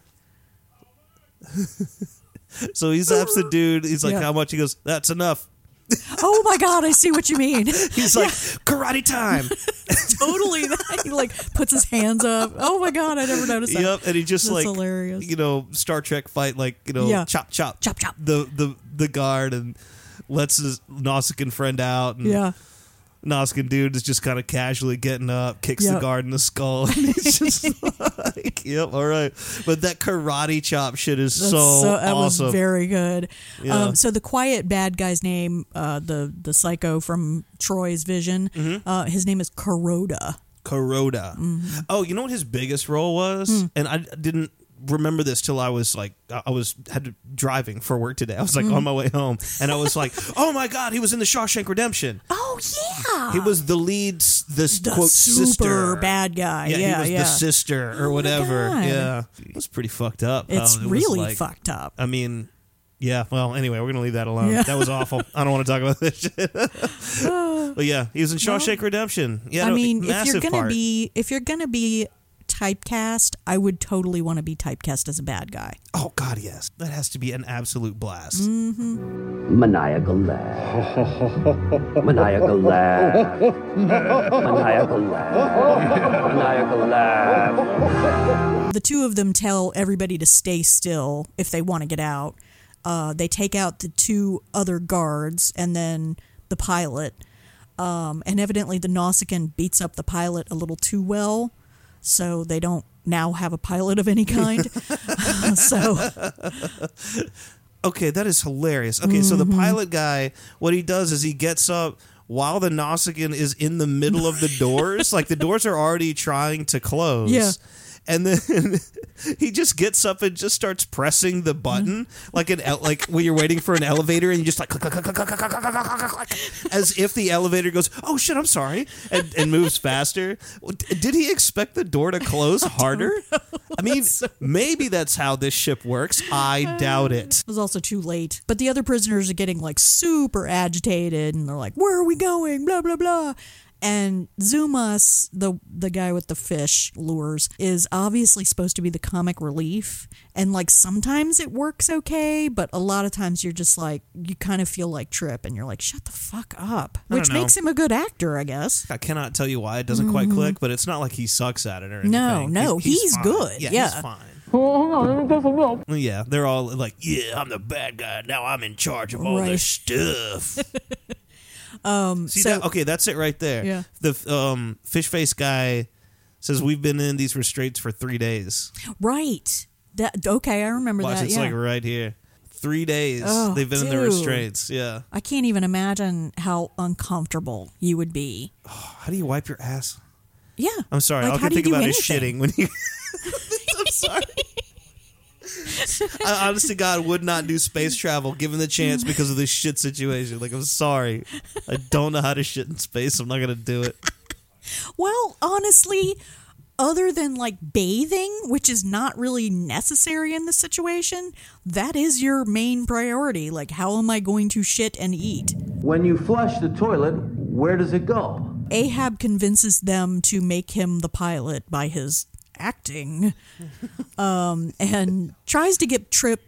Speaker 1: So he zaps the dude. He's like,
Speaker 2: Yeah.
Speaker 1: "How much?" He goes, "That's enough."
Speaker 2: Oh my god, I see what you mean.
Speaker 1: He's like, "Karate time."
Speaker 2: totally. That. He like puts his hands up. Oh my god, I never noticed that.
Speaker 1: Yep, and he just
Speaker 2: That's
Speaker 1: like
Speaker 2: hilarious.
Speaker 1: you know Star Trek fight like you know
Speaker 2: Yeah.
Speaker 1: chop chop
Speaker 2: Chop, chop.
Speaker 1: the the the guard and lets his Nausicaan friend out and
Speaker 2: Yeah.
Speaker 1: Nausicaan dude is just kind of casually getting up kicks the
Speaker 2: Yep.
Speaker 1: guard in the skull and he's just like yep all right but that karate chop shit is
Speaker 2: That's
Speaker 1: so,
Speaker 2: that
Speaker 1: awesome
Speaker 2: was very good.
Speaker 1: Yeah.
Speaker 2: Um, so the quiet bad guy's name, uh, the the psycho from Troy's vision,
Speaker 1: Mm-hmm.
Speaker 2: uh, his name is Kuroda.
Speaker 1: Kuroda oh you know what his biggest role was
Speaker 2: Mm-hmm. Hmm.
Speaker 1: and I didn't remember this till I was like I I was had to, driving for work today I was like
Speaker 2: Mhm.
Speaker 1: on my way home and I was like oh my god he was in the Shawshank Redemption
Speaker 2: Oh yeah,
Speaker 1: He was the lead, s- the, s-
Speaker 2: the
Speaker 1: quote
Speaker 2: super
Speaker 1: sister.
Speaker 2: bad guy. Yeah,
Speaker 1: Yeah, he was
Speaker 2: yeah. Oh
Speaker 1: the sister or whatever.
Speaker 2: God.
Speaker 1: Yeah, it was pretty fucked up.
Speaker 2: It's
Speaker 1: Oh, it was
Speaker 2: really fucked up.
Speaker 1: I mean, yeah. Well, anyway, we're gonna leave that alone.
Speaker 2: Yeah.
Speaker 1: That was awful. I don't want to talk about this shit. but yeah, he was in Shawshank Redemption. Yeah,
Speaker 2: I
Speaker 1: no,
Speaker 2: mean, if
Speaker 1: massive
Speaker 2: you're gonna
Speaker 1: part.
Speaker 2: be if you're gonna be typecast, I would totally want to be typecast as a bad guy.
Speaker 1: oh god, yes, that has to be an absolute blast.
Speaker 10: Maniacal laugh. Maniacal laugh. Maniacal laugh. Maniacal laugh.
Speaker 2: The two of them tell everybody to stay still if they want to get out. Uh, they take out the two other guards and then the pilot. Um, and evidently, the Nausicaan beats up the pilot a little too well, so they don't now have a pilot of any kind. so,
Speaker 1: okay, that is hilarious. Okay, so the
Speaker 2: Mhm.
Speaker 1: pilot guy, what he does is he gets up while the Nausicaan is in the middle of the doors. like the doors are already trying to close.
Speaker 2: Yeah.
Speaker 1: And then he just gets up and just starts pressing the button like an el- like when you're waiting for an elevator and you just like click, click, click, click, click, click, click, click, click, click, click, click, as if the elevator goes oh shit I'm sorry and, and moves faster. Did he expect the door to close harder? I mean maybe that's how this ship works. I doubt it.
Speaker 2: It was also too late. But the other prisoners are getting like super agitated and they're like, Where are we going? Blah, blah, blah. And Zumas, the the guy with the fish lures, is obviously supposed to be the comic relief. And like sometimes it works okay, but a lot of times you're just like you kind of feel like trip and you're like, Shut the fuck up.
Speaker 1: I don't
Speaker 2: Which
Speaker 1: know.
Speaker 2: makes him a good actor, I guess.
Speaker 1: I cannot tell you why it doesn't quite
Speaker 2: Mhm.
Speaker 1: click, but it's not like he sucks at it or anything.
Speaker 2: No,
Speaker 1: He-
Speaker 2: no, he's,
Speaker 1: fine.
Speaker 2: good. Yeah.
Speaker 1: he's fine.
Speaker 4: Oh, hang on, let me get some milk.
Speaker 1: Well, Yeah, they're all like, "Yeah, I'm the bad guy. Now I'm in charge of all
Speaker 2: Right.
Speaker 1: this stuff."
Speaker 2: Um
Speaker 1: See
Speaker 2: so
Speaker 1: that? Okay, that's it right there.
Speaker 2: Yeah.
Speaker 1: The um, fish face guy says, "We've been in these restraints for three days."
Speaker 2: Right. That okay, I remember
Speaker 1: Watch,
Speaker 2: that.
Speaker 1: it's
Speaker 2: yeah.
Speaker 1: like right here. Three days
Speaker 2: Oh,
Speaker 1: they've been in the
Speaker 2: dude.
Speaker 1: restraints. Yeah.
Speaker 2: I can't even imagine how uncomfortable you would be.
Speaker 1: How do you wipe your ass?
Speaker 2: Yeah.
Speaker 1: I'm sorry.
Speaker 2: Like,
Speaker 1: all I
Speaker 2: how
Speaker 1: can
Speaker 2: do you
Speaker 1: think
Speaker 2: do
Speaker 1: about
Speaker 2: anything?
Speaker 1: is shitting when you. I'm sorry. I honest to God would not do space travel given the chance because of this shit situation. Like, I'm sorry. I don't know how to shit in space. I'm not going to do it.
Speaker 2: Well, honestly, other than like bathing, which is not really necessary in this situation, that is your main priority. Like, how am I going to shit and eat?
Speaker 10: When you flush the toilet, where does it go?
Speaker 2: Ahab convinces them to make him the pilot by his acting um, and tries to get Trip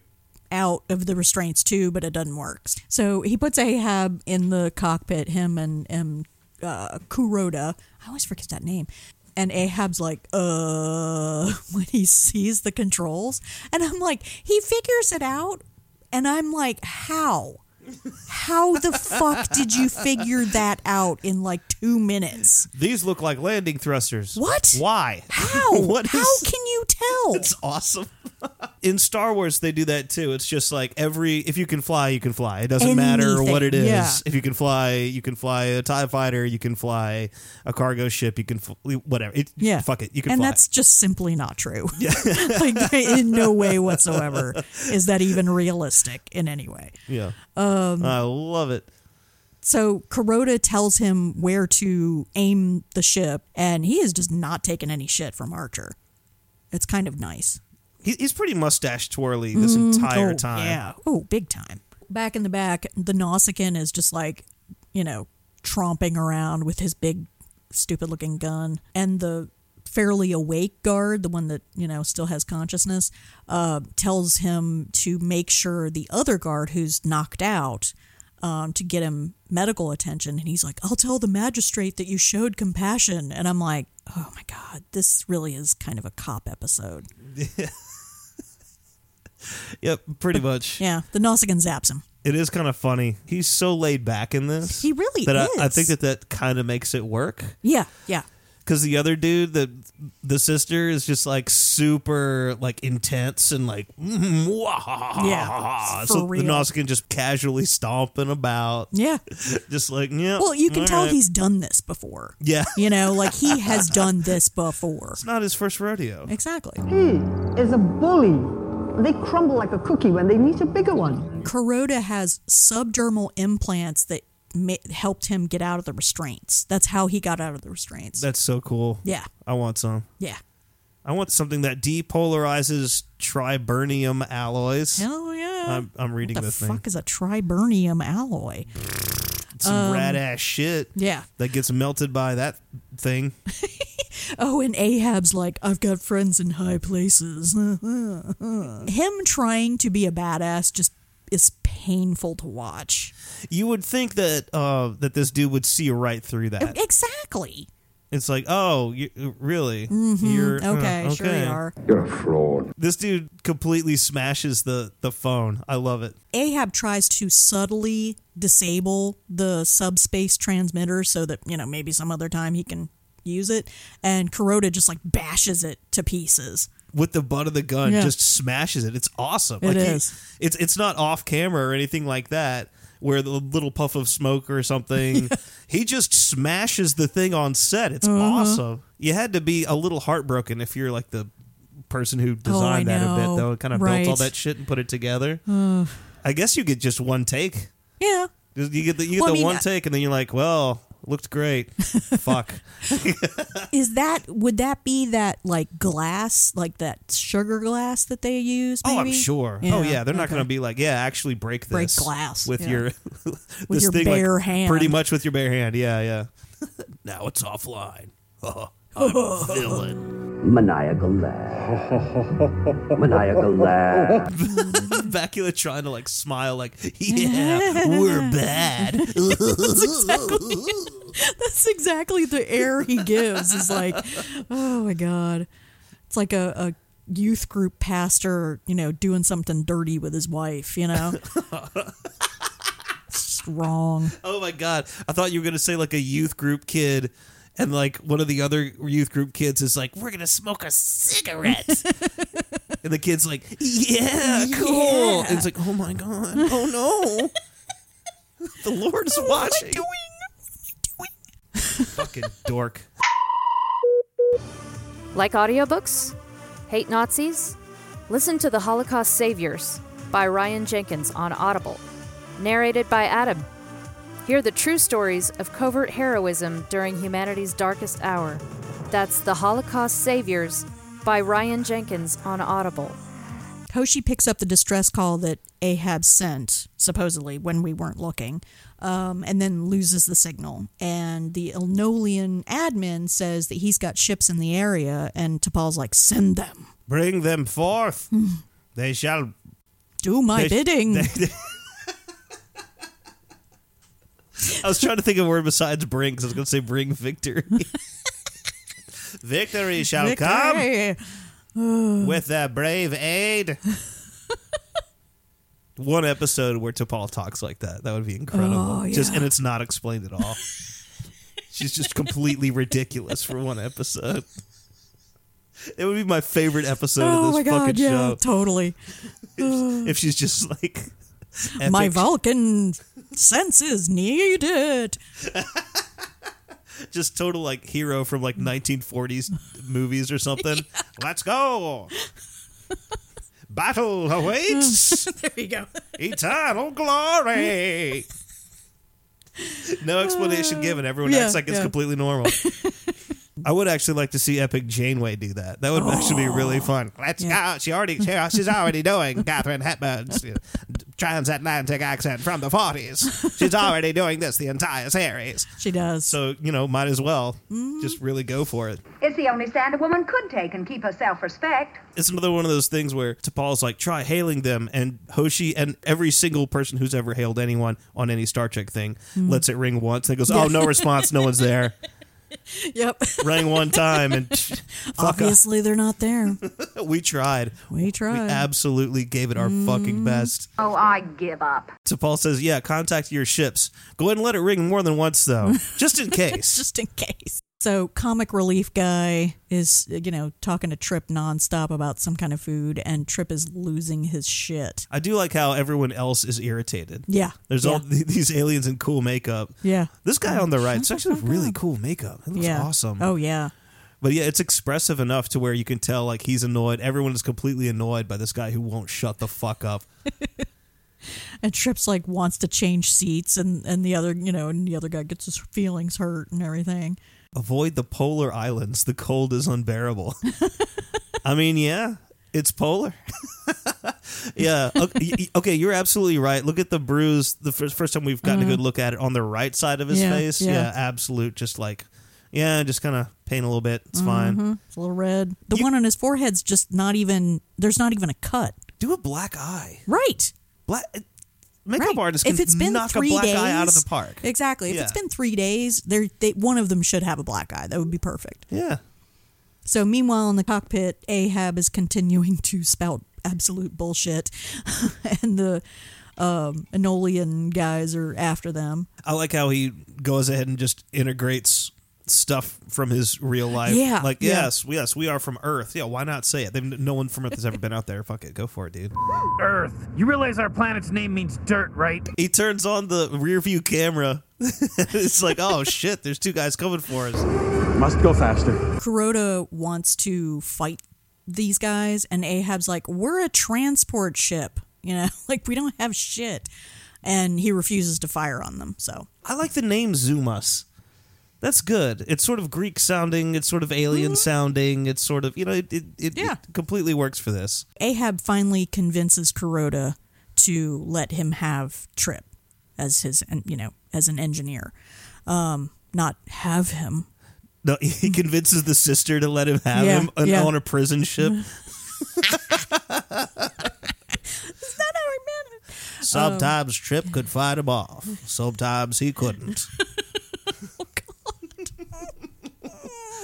Speaker 2: out of the restraints too, but it doesn't work. So he puts Ahab in the cockpit, him and, and uh, Kuroda. I always forget that name. And Ahab's like, uh, when he sees the controls. And I'm like, he figures it out. And I'm like, how? How the fuck did you figure that out in like two minutes?
Speaker 1: These look like landing thrusters.
Speaker 2: What?
Speaker 1: Why?
Speaker 2: How?
Speaker 1: what
Speaker 2: How
Speaker 1: is-
Speaker 2: can you tell?
Speaker 1: It's awesome. in Star Wars they do that too. It's just like every if you can fly, you can fly. It doesn't matter
Speaker 2: Anything,
Speaker 1: what it is.
Speaker 2: yeah.
Speaker 1: If you can fly, you can fly a Tie Fighter. You can fly a cargo ship. You can fl- whatever. It,
Speaker 2: Yeah.
Speaker 1: fuck it. You can
Speaker 2: and
Speaker 1: fly.
Speaker 2: that's just simply not true. Yeah. like in no way whatsoever is that even realistic in any way.
Speaker 1: yeah.
Speaker 2: Um
Speaker 1: I love it.
Speaker 2: so Kuroda tells him where to aim the ship and he is just not taking any shit from Archer. It's kind of nice.
Speaker 1: He, he's pretty mustache twirly this
Speaker 2: Mm,
Speaker 1: entire
Speaker 2: oh,
Speaker 1: time.
Speaker 2: Yeah. Oh, big time. Back in the back, the Nausicaan is just like, you know, tromping around with his big, stupid looking gun. And the fairly awake guard, the one that, you know, still has consciousness, uh, tells him to make sure the other guard who's knocked out. Um, to get him medical attention. And he's like, I'll tell the magistrate that you showed compassion. And I'm like, oh my God, this really is kind of a cop episode.
Speaker 1: Yep, pretty much.
Speaker 2: Yeah, the Nausicaan zaps him.
Speaker 1: It is kind of funny. He's so laid back in this.
Speaker 2: He really
Speaker 1: that I, I
Speaker 2: is.
Speaker 1: think that that kind of makes it work.
Speaker 2: Yeah, yeah.
Speaker 1: because the other dude, the the sister, is just like super like intense and like
Speaker 2: Yeah,
Speaker 1: yeah.
Speaker 2: for
Speaker 1: So
Speaker 2: real.
Speaker 1: the Nausicaan just casually stomping about.
Speaker 2: Yeah.
Speaker 1: just like yeah.
Speaker 2: Well, you can
Speaker 1: all
Speaker 2: tell
Speaker 1: right.
Speaker 2: he's done this before.
Speaker 1: Mm-hmm. yeah.
Speaker 2: You know, like he has done this before.
Speaker 1: It's not his first rodeo.
Speaker 2: Exactly.
Speaker 19: He is a bully. They crumble like a cookie when they meet a bigger one.
Speaker 2: Kuroda has subdermal implants that ma- helped him get out of the restraints. That's how he got out of the restraints.
Speaker 1: That's so cool.
Speaker 2: Yeah.
Speaker 1: I want some.
Speaker 2: yeah.
Speaker 1: I want something that depolarizes triburnium alloys.
Speaker 2: Hell Oh, yeah.
Speaker 1: I'm, I'm reading
Speaker 2: What the
Speaker 1: the thing.
Speaker 2: fuck is a triburnium alloy?
Speaker 1: Some
Speaker 2: Um,
Speaker 1: rad ass shit.
Speaker 2: yeah.
Speaker 1: That gets melted by that thing.
Speaker 2: Oh, and Ahab's like, I've got friends in high places. Him trying to be a badass just is painful to watch.
Speaker 1: You would think that uh, that this dude would see right through that.
Speaker 2: Exactly.
Speaker 1: It's like, oh, you, really?
Speaker 2: Mhm.
Speaker 1: You're uh,
Speaker 2: Okay, sure you are.
Speaker 1: You're a fraud. This dude completely smashes the the phone. I love it.
Speaker 2: Ahab tries to subtly disable the subspace transmitter so that, you know, maybe some other time he can use it. And Kuroda just like bashes it to pieces.
Speaker 1: With the butt of the gun,
Speaker 2: Yeah.
Speaker 1: just smashes it. It's awesome.
Speaker 2: It
Speaker 1: like he-
Speaker 2: is.
Speaker 1: it's it's not off camera or anything like that. Where the little puff of smoke or something, he just smashes the thing on set. It's
Speaker 2: Uh-huh.
Speaker 1: awesome. You had to be a little heartbroken if you're like the person who designed that a
Speaker 2: Oh, know.
Speaker 1: bit, though. Kind of
Speaker 2: Right.
Speaker 1: built all that shit and put it together.
Speaker 2: Ugh.
Speaker 1: I guess you get just one take.
Speaker 2: yeah.
Speaker 1: Just- You get the, you get
Speaker 2: Well, I
Speaker 1: the
Speaker 2: mean, uh,
Speaker 1: one
Speaker 2: I-
Speaker 1: take, and then you're like, "Well, looked great. Fuck."
Speaker 2: Is that, would that be that like glass, like that sugar glass that they use?
Speaker 1: Oh, I'm
Speaker 2: maybe?
Speaker 1: sure. Oh yeah, they're not
Speaker 2: okay.
Speaker 1: going to be like, "Yeah, actually break
Speaker 2: Break
Speaker 1: this
Speaker 2: glass,
Speaker 1: with
Speaker 2: yeah.
Speaker 1: your
Speaker 2: With
Speaker 1: this
Speaker 2: your
Speaker 1: thing, like,
Speaker 2: bare hand.
Speaker 1: pretty much with your bare hand." Yeah, yeah. now it's offline. I'm a villain.
Speaker 17: Maniacal laugh. Maniacal laugh.
Speaker 1: Bakula trying to like smile, like, "Yeah, we're bad."
Speaker 2: that's, exactly, that's exactly the air he gives. Is like, oh my god, it's like a, a youth group pastor, you know, doing something dirty with his wife. You know, it's just wrong.
Speaker 1: Oh my god! I thought you were gonna say like a youth group kid, and like one of the other youth group kids is like, "We're gonna smoke a cigarette," and the kid's like, "Yeah, cool."
Speaker 8: Yeah.
Speaker 1: And it's like, "Oh my god! Oh no! the Lord's watching." Fucking dork.
Speaker 12: Like audiobooks? Hate Nazis? Listen to The Holocaust Saviors by Ryan Jenkins on Audible, narrated by Adam. Hear the true stories of covert heroism during humanity's darkest hour. That's The Holocaust Saviors by Ryan Jenkins on Audible.
Speaker 2: Hoshi picks up the distress call that Ahab sent, supposedly, when we weren't looking, um, and then loses the signal. And the Elnolian admin says that he's got ships in the area, and T'Pol's like, send them.
Speaker 1: Bring them forth. they shall
Speaker 2: Do my
Speaker 1: They sh-
Speaker 2: bidding.
Speaker 1: they- I was trying to think of a word besides bring because I was going to say bring victory. victory shall
Speaker 2: Victory.
Speaker 1: come with their brave aid. One episode where Topal talks like that. That would be incredible.
Speaker 2: Oh,
Speaker 1: Just
Speaker 2: yeah.
Speaker 1: and it's not explained at all. She's just completely ridiculous for one episode. It would be my favorite episode
Speaker 2: oh
Speaker 1: of this
Speaker 2: my god!
Speaker 1: fucking
Speaker 2: yeah,
Speaker 1: show.
Speaker 2: totally.
Speaker 1: If she's just like
Speaker 2: My
Speaker 1: epic.
Speaker 2: Vulcan senses needed.
Speaker 1: just total like hero from like 1940s movies or something. Let's go. Battle awaits.
Speaker 2: there you go.
Speaker 1: Eternal glory. No explanation given. Everyone
Speaker 2: Yeah,
Speaker 1: acts like it's
Speaker 2: yeah.
Speaker 1: completely normal. I would actually like to see Epic Janeway do that. That would actually be
Speaker 2: Oh.
Speaker 1: really fun. Let's go. She already, she, uh, she's already doing Catherine Hepburn's uh, transatlantic accent from the 40s. She's already doing this the entire series.
Speaker 2: She does.
Speaker 1: So, you know, might as well
Speaker 2: Mm-hmm.
Speaker 1: just really go for it.
Speaker 20: It's the only stand a woman could take and keep her self respect.
Speaker 1: It's another one of those things where T'Pol's like, try hailing them, and Hoshi and every single person who's ever hailed anyone on any Star Trek thing
Speaker 2: Mm.
Speaker 1: lets it ring once. They goes,
Speaker 2: Yeah.
Speaker 1: oh, no response, no one's there.
Speaker 2: Yep.
Speaker 1: Rang one time, and psh, fuck off.
Speaker 2: Obviously, they're not there.
Speaker 1: we tried.
Speaker 2: We tried. Mm-hmm.
Speaker 1: We absolutely gave it our fucking best.
Speaker 20: Oh, I give up.
Speaker 1: T'Pol says, yeah, contact your ships. Go ahead and let it ring more than once, though, just in case.
Speaker 2: just in case. So, comic relief guy is, you know, talking to Trip nonstop about some kind of food, and Trip is losing his shit.
Speaker 1: I do like how everyone else is irritated.
Speaker 2: Yeah.
Speaker 1: There's
Speaker 2: Yeah.
Speaker 1: all th- these aliens in cool makeup.
Speaker 2: Yeah.
Speaker 1: This guy on the right, it's actually really cool makeup. It looks
Speaker 2: yeah.
Speaker 1: awesome.
Speaker 2: Oh, yeah.
Speaker 1: But yeah, it's expressive enough to where you can tell like he's annoyed. Everyone is completely annoyed by this guy who won't shut the fuck up.
Speaker 2: And Trip's like wants to change seats, and, and the other, you know, and the other guy gets his feelings hurt and everything.
Speaker 1: Avoid the polar islands. The cold is unbearable. I mean, yeah, it's polar. yeah. o- y- y- Okay, you're absolutely right. Look at the bruise. The first, first time we've gotten
Speaker 2: Mhm.
Speaker 1: a good look at it on the right side of his
Speaker 2: Yeah,
Speaker 1: face.
Speaker 2: yeah.
Speaker 1: Yeah. absolute. Just like, yeah, just kind of pain a little bit. It's fine.
Speaker 2: Mhm. It's a little red. The one on his forehead's just not even, there's not even a cut.
Speaker 1: Do a black eye.
Speaker 2: Right.
Speaker 1: Black. Makeup artists can
Speaker 2: if it's been
Speaker 1: knock
Speaker 2: three
Speaker 1: a black
Speaker 2: days,
Speaker 1: eye out of the park.
Speaker 2: Exactly. If
Speaker 1: Yeah.
Speaker 2: it's been three days, they're, they one of them should have a black eye. That would be perfect.
Speaker 1: Yeah.
Speaker 2: So meanwhile, in the cockpit, Ahab is continuing to spout absolute bullshit, and the um, Enolian guys are after them.
Speaker 1: I like how he goes ahead and just integrates stuff from his real life.
Speaker 2: Yeah,
Speaker 1: Like,
Speaker 2: yeah.
Speaker 1: yes, yes, we are from Earth. Yeah, why not say it? They've, no one from Earth has ever been out there. Fuck it. Go for it, dude.
Speaker 21: Earth. You realize our planet's name means dirt, right?
Speaker 1: He turns on the rear view camera. it's like, oh, shit, there's two guys coming for us.
Speaker 22: Must go faster.
Speaker 2: Kuroda wants to fight these guys, and Ahab's like, "We're a transport ship, you know, like we don't have shit," and he refuses to fire on them. So
Speaker 1: I like the name Zumas. That's good. It's sort of Greek sounding. It's sort of alien
Speaker 2: Mm-hmm.
Speaker 1: sounding. It's sort of, you know, it, it, it, it completely works for this.
Speaker 2: Ahab finally convinces Kuroda to let him have Trip as his, en- you know, as an engineer, um, not have him.
Speaker 1: No, he convinces the sister to let him have
Speaker 2: Yeah,
Speaker 1: him on,
Speaker 2: yeah. Oh.
Speaker 1: on a prison ship. Sometimes Trip could fight him off. Sometimes he couldn't.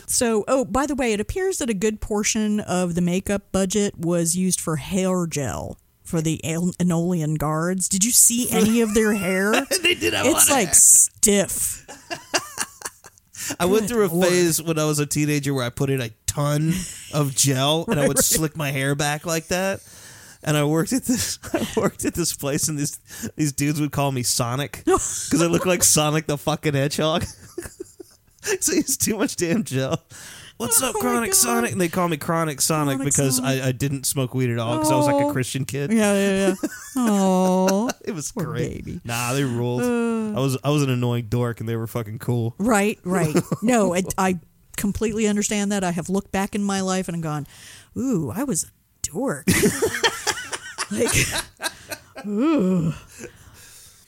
Speaker 2: So, oh, by the way, it appears that a good portion of the makeup budget was used for hair gel for the Al- Enolian guards. Did you see any of their hair?
Speaker 1: they did have a lot
Speaker 2: It's
Speaker 1: of
Speaker 2: like
Speaker 1: hair.
Speaker 2: stiff.
Speaker 1: I went through a phase when I was a teenager where I put in a ton of gel and I would
Speaker 2: Right.
Speaker 1: slick my hair back like that. And I worked at this I worked at this place and these these dudes would call me Sonic cuz I look like Sonic the fucking hedgehog. so it's too much damn gel. What's up, Chronic Sonic? And they call me Chronic Sonic
Speaker 2: Oh Chronic
Speaker 1: because
Speaker 2: Sonic.
Speaker 1: I, I didn't smoke weed at all because I was like
Speaker 2: Oh.
Speaker 1: a Christian kid.
Speaker 2: Yeah, yeah, yeah. Oh,
Speaker 1: it was
Speaker 2: great.
Speaker 1: Nah, they ruled.
Speaker 2: Uh.
Speaker 1: I was I was an annoying dork, and they were fucking cool.
Speaker 2: Right, right. No, I, I completely understand that. I have looked back in my life and I'm gone, ooh, I was a dork. like, ooh.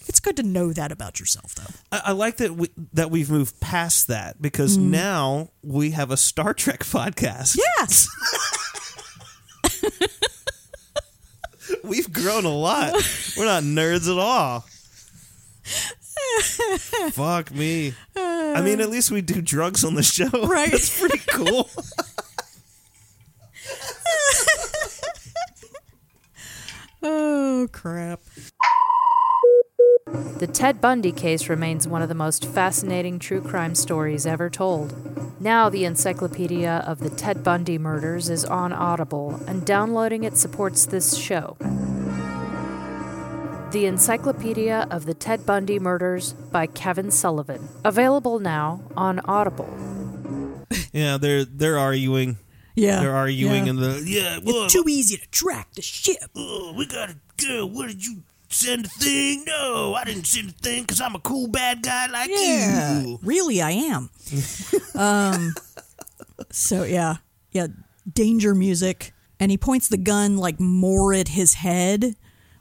Speaker 2: It's good to know that about yourself, though.
Speaker 1: I, I like that we, that we've moved past that because
Speaker 2: Mhm.
Speaker 1: now we have a Star Trek podcast.
Speaker 2: Yes.
Speaker 1: We've grown a lot. we're not nerds at all. Fuck me. I mean, at least we do drugs on the show.
Speaker 8: Right.
Speaker 1: That's pretty cool.
Speaker 2: Oh, crap.
Speaker 12: The Ted Bundy case remains one of the most fascinating true crime stories ever told. Now, the encyclopedia of the Ted Bundy murders is on Audible, and downloading it supports this show. The Encyclopedia of the Ted Bundy Murders by Kevin Sullivan, available now on Audible.
Speaker 1: Yeah, they're they're arguing.
Speaker 2: Yeah,
Speaker 1: they're arguing
Speaker 2: yeah.
Speaker 1: in the yeah. Well, uh,
Speaker 2: it's too easy to track the ship.
Speaker 6: Oh, we gotta go. What did you send a thing? No, I didn't send a thing because I'm a cool bad guy like
Speaker 2: Yeah,
Speaker 6: you.
Speaker 2: really, I am. um, so yeah, yeah, danger music, and he points the gun like more at his head,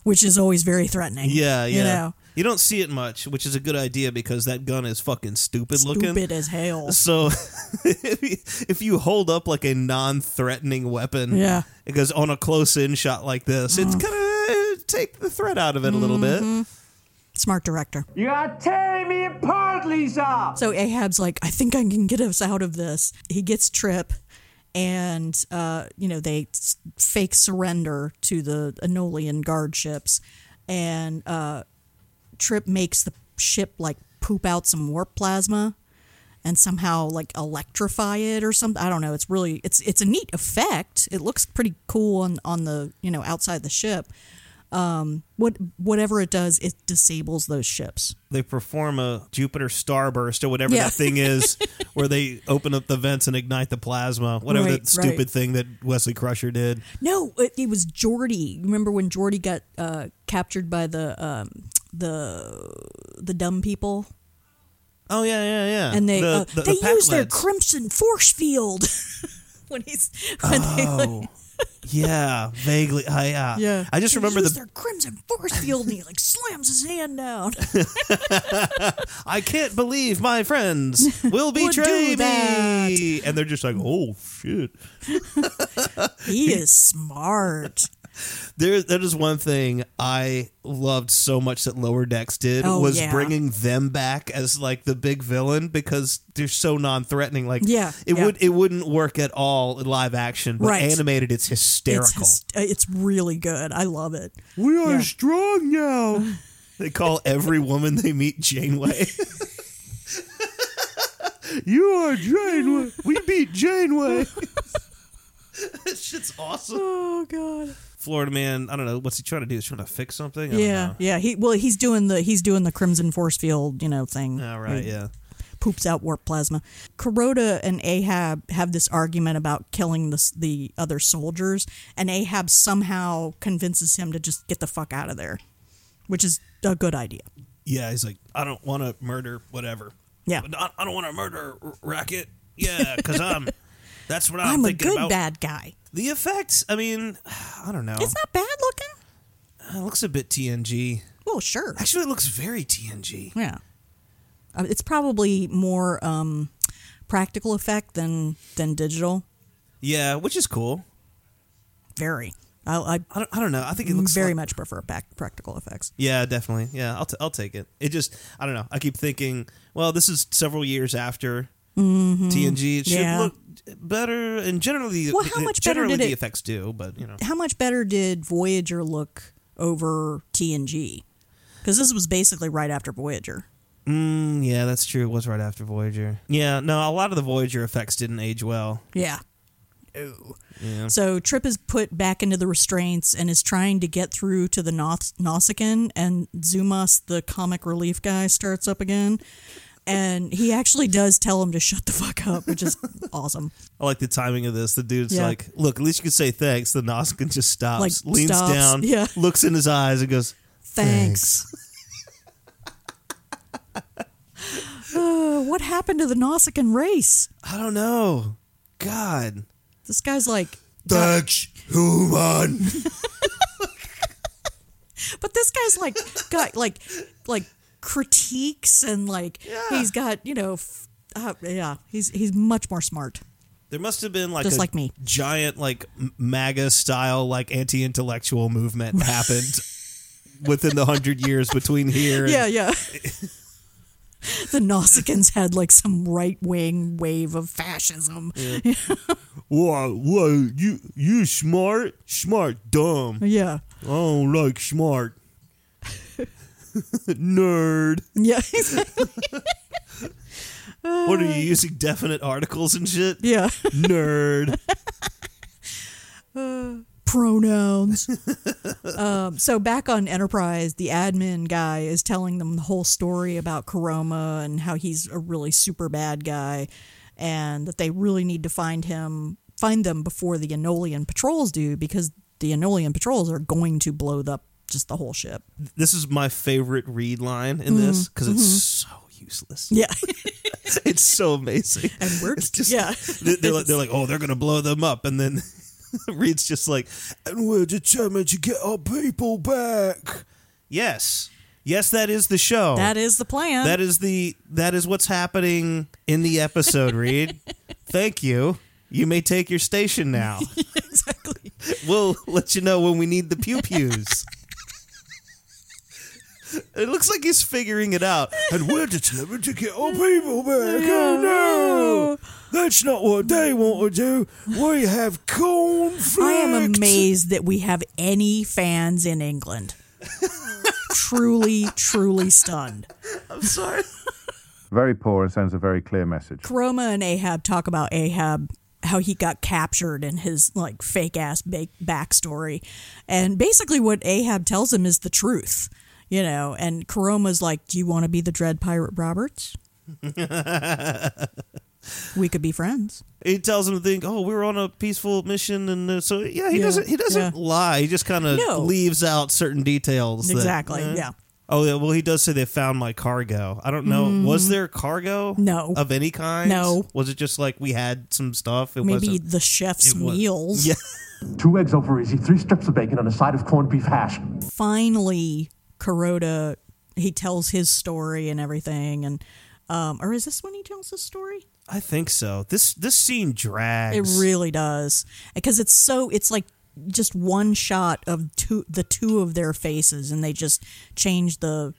Speaker 2: which is always very threatening.
Speaker 1: yeah, yeah.
Speaker 2: you know,
Speaker 1: You don't see it much, which is a good idea because that gun is fucking stupid, looking.
Speaker 2: stupid as hell.
Speaker 1: So if you- if you hold up like a non-threatening weapon,
Speaker 2: Yeah. Mm.
Speaker 1: because on a close-in shot like this, it's kind of take the threat out of it a little
Speaker 2: Mm-hmm.
Speaker 1: bit.
Speaker 2: Smart director.
Speaker 10: You are tearing me apart, Lisa!
Speaker 2: So Ahab's like, I think I can get us out of this. He gets Trip, and uh, you know they s- fake surrender to the Enolian guard ships, and uh, Trip makes the ship like poop out some warp plasma, and somehow like electrify it or something. I don't know. It's really it's it's a neat effect. It looks pretty cool on on the you know outside the ship. Um, what whatever it does, it disables those ships.
Speaker 1: They perform a Jupiter starburst or whatever
Speaker 2: Yeah.
Speaker 1: that thing is, where they open up the vents and ignite the plasma. Whatever
Speaker 2: Right,
Speaker 1: that stupid
Speaker 2: right.
Speaker 1: thing that Wesley Crusher did.
Speaker 2: No, it, it was Jordy. Remember when Jordy got uh, captured by the um, the the dumb people,
Speaker 1: Oh yeah, yeah, yeah.
Speaker 2: and they
Speaker 1: The-
Speaker 2: uh,
Speaker 1: the-
Speaker 2: they
Speaker 1: the
Speaker 2: use their
Speaker 1: Patlets.
Speaker 2: crimson force field when he's when they like,
Speaker 1: Oh, yeah, vaguely. I, yeah,
Speaker 2: yeah.
Speaker 1: I just
Speaker 2: They
Speaker 1: remember
Speaker 2: use
Speaker 1: the.
Speaker 2: their crimson force field, and he like slams his hand down.
Speaker 1: I can't believe my friends will
Speaker 2: Would
Speaker 1: betray
Speaker 2: do that.
Speaker 1: me, and they're just like, oh shit.
Speaker 2: he is smart.
Speaker 1: There, that is one thing I loved so much that Lower Decks did
Speaker 2: Oh,
Speaker 1: was
Speaker 2: yeah.
Speaker 1: bringing them back as like the big villain because they're so non-threatening. Like,
Speaker 2: Yeah,
Speaker 1: it
Speaker 2: yeah.
Speaker 1: would it wouldn't work at all in live action, but
Speaker 2: Right.
Speaker 1: animated, it's hysterical.
Speaker 2: It's hys- uh, it's really good. I love it.
Speaker 1: we are strong now. They call every woman they meet Janeway. you are Janeway. We beat Janeway. that shit's awesome.
Speaker 2: Oh god.
Speaker 1: Florida man, I don't know what's he trying to do. He's trying to fix something. I don't
Speaker 2: Yeah,
Speaker 1: know.
Speaker 2: yeah. He well, he's doing the he's doing the crimson force field, you know, thing.
Speaker 1: All right,
Speaker 2: He
Speaker 1: yeah.
Speaker 2: Poops out warp plasma. Kuroda and Ahab have this argument about killing the s- the other soldiers, and Ahab somehow convinces him to just get the fuck out of there, which is a good idea.
Speaker 1: Yeah, he's like, I don't want to murder whatever.
Speaker 2: Yeah.
Speaker 1: I, I don't want to murder r- racket. Yeah, because I'm. That's what I'm,
Speaker 2: I'm, a
Speaker 1: thinking
Speaker 2: good
Speaker 1: about.
Speaker 2: bad guy.
Speaker 1: The effects. I mean, I don't know.
Speaker 2: It's not bad looking.
Speaker 1: it looks a bit TNG.
Speaker 2: Well, sure.
Speaker 1: Actually, it looks very TNG.
Speaker 2: Yeah, Uh, it's probably more um, practical effect than than digital.
Speaker 1: Yeah, which is cool.
Speaker 2: Very. I I,
Speaker 1: I, don't, I don't know. I think it looks
Speaker 2: very
Speaker 1: like-
Speaker 2: much prefer back practical effects.
Speaker 1: Yeah, definitely. Yeah, I'll, t- I'll take it. It just, I don't know. I keep thinking, well, this is several years after
Speaker 2: Mhm.
Speaker 1: TNG. It should
Speaker 2: Yeah.
Speaker 1: look better. And generally,
Speaker 2: Well, how much better
Speaker 1: generally
Speaker 2: did
Speaker 1: the
Speaker 2: it-
Speaker 1: effects do, but, you know.
Speaker 2: How much better did Voyager look over TNG? Because this was basically right after Voyager.
Speaker 1: Mm, yeah, that's true. It was right after Voyager. Yeah, no, a lot of the Voyager effects didn't age well.
Speaker 2: Yeah. Ooh.
Speaker 1: Yeah.
Speaker 2: So Trip is put back into the restraints and is trying to get through to the Naus- Nausicaan, and Zumas, the comic relief guy, starts up again. And he actually does tell him to shut the fuck up, which is awesome.
Speaker 1: I like the timing of this. The dude's
Speaker 2: Yeah.
Speaker 1: like, "Look, at least you can say thanks." The Noskin just stops,
Speaker 2: Like,
Speaker 1: leans
Speaker 2: stops.
Speaker 1: down,
Speaker 2: Yeah.
Speaker 1: looks in his eyes, and goes,
Speaker 2: Thanks. Uh, what happened to the Nausicaan race?
Speaker 1: I don't know. God,
Speaker 2: This guy's like,
Speaker 15: That's human.
Speaker 2: but this guy's like got like like critiques and like he's got you know f- uh, yeah he's he's much more smart
Speaker 1: There must have been like
Speaker 2: Just
Speaker 1: a
Speaker 2: like me.
Speaker 1: giant like m- MAGA style like anti intellectual movement happened within the hundred years between here. and-
Speaker 2: yeah yeah the Nausicaans had like some right wing wave of fascism yeah,
Speaker 1: Whoa, whoa, you you smart, smart, dumb. I don't like smart. Nerd.
Speaker 2: Yeah.
Speaker 1: What are you using definite articles and shit?
Speaker 2: Yeah.
Speaker 1: Nerd.
Speaker 2: pronouns. um, so back on Enterprise, the admin guy is telling them the whole story about Karoma and how he's a really super bad guy, and that they really need to find him, find them before the Enolian patrols do, because the Enolian patrols are going to blow up just the whole ship.
Speaker 1: This is my favorite read line in this
Speaker 2: Mm-hmm.
Speaker 1: because it's so useless.
Speaker 2: Yeah.
Speaker 1: it's so amazing.
Speaker 2: And we're just yeah.
Speaker 1: They- They're like, they're like, oh, they're gonna blow them up, and then Reed's just like, and we're determined to get our people back. Yes, yes, that is the show.
Speaker 2: That is the plan.
Speaker 1: That is the that is what's happening in the episode. Reed, thank you. You may take your station now.
Speaker 2: exactly.
Speaker 1: We'll let you know when we need the pew pews. It looks like he's figuring it out. And we're determined to get our people back. Oh no! That's not what they want to do. We have cornflakes.
Speaker 2: I am amazed that we have any fans in England. truly, truly stunned.
Speaker 1: I'm sorry.
Speaker 5: Very poor and sends a very clear message.
Speaker 2: Chroma and Ahab talk about Ahab, how he got captured and his like fake ass ba- backstory, and basically what Ahab tells him is the truth, you know. And Chroma's like, "Do you want to be the Dread Pirate Roberts? We could be friends."
Speaker 1: he tells him to think, "Oh, we were on a peaceful mission," and uh, so yeah, he
Speaker 2: Yeah,
Speaker 1: doesn't. He doesn't
Speaker 2: yeah.
Speaker 1: lie. He just kind of
Speaker 2: No.
Speaker 1: leaves out certain details. that-
Speaker 2: Exactly,
Speaker 1: eh.
Speaker 2: yeah.
Speaker 1: Oh yeah. Well, he does say they found my cargo. I don't know.
Speaker 2: Mhm.
Speaker 1: Was there cargo?
Speaker 2: No.
Speaker 1: Of any kind.
Speaker 2: No.
Speaker 1: Was it just like we had some stuff? It
Speaker 2: Maybe
Speaker 1: wasn't-
Speaker 2: the chef's
Speaker 1: it wa-
Speaker 2: meals.
Speaker 1: Yeah.
Speaker 22: Two eggs over easy, three strips of bacon, and a side of corned beef hash.
Speaker 2: finally Kuroda he tells his story and everything and um or is this when he tells his story?
Speaker 1: I think so. This this scene drags.
Speaker 2: It really does. Because it's so it's like just one shot of two the two of their faces and they just change the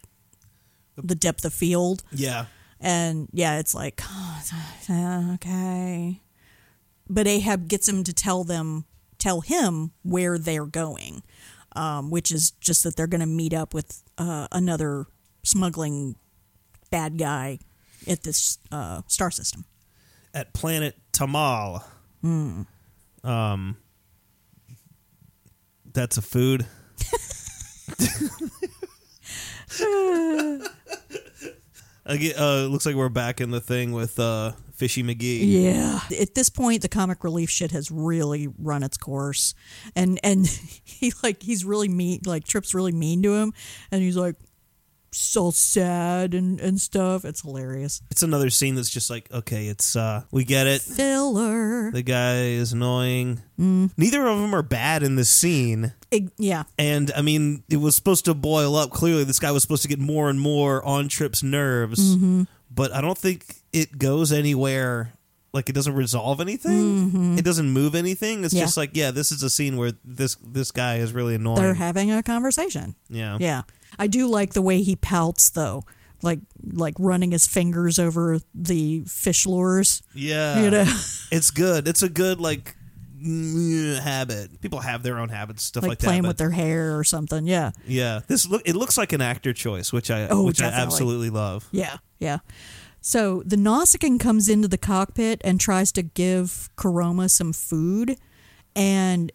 Speaker 2: the depth of field.
Speaker 1: Yeah.
Speaker 2: And yeah, it's like "Oh, okay. But Ahab gets him to tell them tell him where they're going. Um, which is just that they're going to meet up with uh, another smuggling bad guy at this uh, star system.
Speaker 1: At planet Tamal.
Speaker 2: Hmm.
Speaker 1: Um. That's a food. Again, uh, looks like we're back in the thing with uh, Fishy McGee.
Speaker 2: Yeah. At this point, the comic relief shit has really run its course, and and he like he's really mean. Like Trip's really mean to him, and he's like so sad and and stuff. It's hilarious.
Speaker 1: It's another scene that's just like, okay, it's uh, we get it.
Speaker 2: Filler.
Speaker 1: The guy is annoying.
Speaker 2: Mm.
Speaker 1: Neither of them are bad in this scene.
Speaker 2: Ig- yeah.
Speaker 1: And I mean, it was supposed to boil up. Clearly, this guy was supposed to get more and more on Trip's nerves,
Speaker 2: Mhm.
Speaker 1: but I don't think it goes anywhere. Like it doesn't resolve anything.
Speaker 2: Mhm.
Speaker 1: It doesn't move anything. It's
Speaker 2: Yeah.
Speaker 1: just like, yeah, this is a scene where this this guy is really annoying.
Speaker 2: They're having a conversation.
Speaker 1: yeah,
Speaker 2: Yeah. I do like the way he pouts though. Like like running his fingers over the fish lures.
Speaker 1: Yeah.
Speaker 2: You know?
Speaker 1: It's good. It's a good like mm, habit. People have their own habits, stuff
Speaker 2: like,
Speaker 1: like,
Speaker 2: playing
Speaker 1: that.
Speaker 2: with their hair or something. Yeah.
Speaker 1: but- yeah. This look it looks like an actor choice, which I
Speaker 2: Oh,
Speaker 1: which I
Speaker 2: definitely.
Speaker 1: absolutely love.
Speaker 2: Yeah. Yeah. So the Nausicaan comes into the cockpit and tries to give Karoma some food and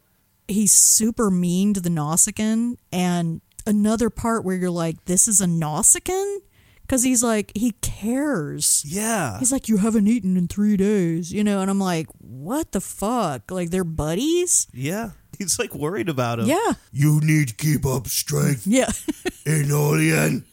Speaker 2: he's super mean to the Nausicaan and another part where you're like, This is a Nausicaan? Because he's like, he cares.
Speaker 1: Yeah.
Speaker 2: He's like, you haven't eaten in three days, you know? And I'm like, what the fuck? Like, they're buddies?
Speaker 1: Yeah. He's like worried about him.
Speaker 2: Yeah.
Speaker 15: You need to keep up strength,
Speaker 2: Yeah.
Speaker 15: Enolian.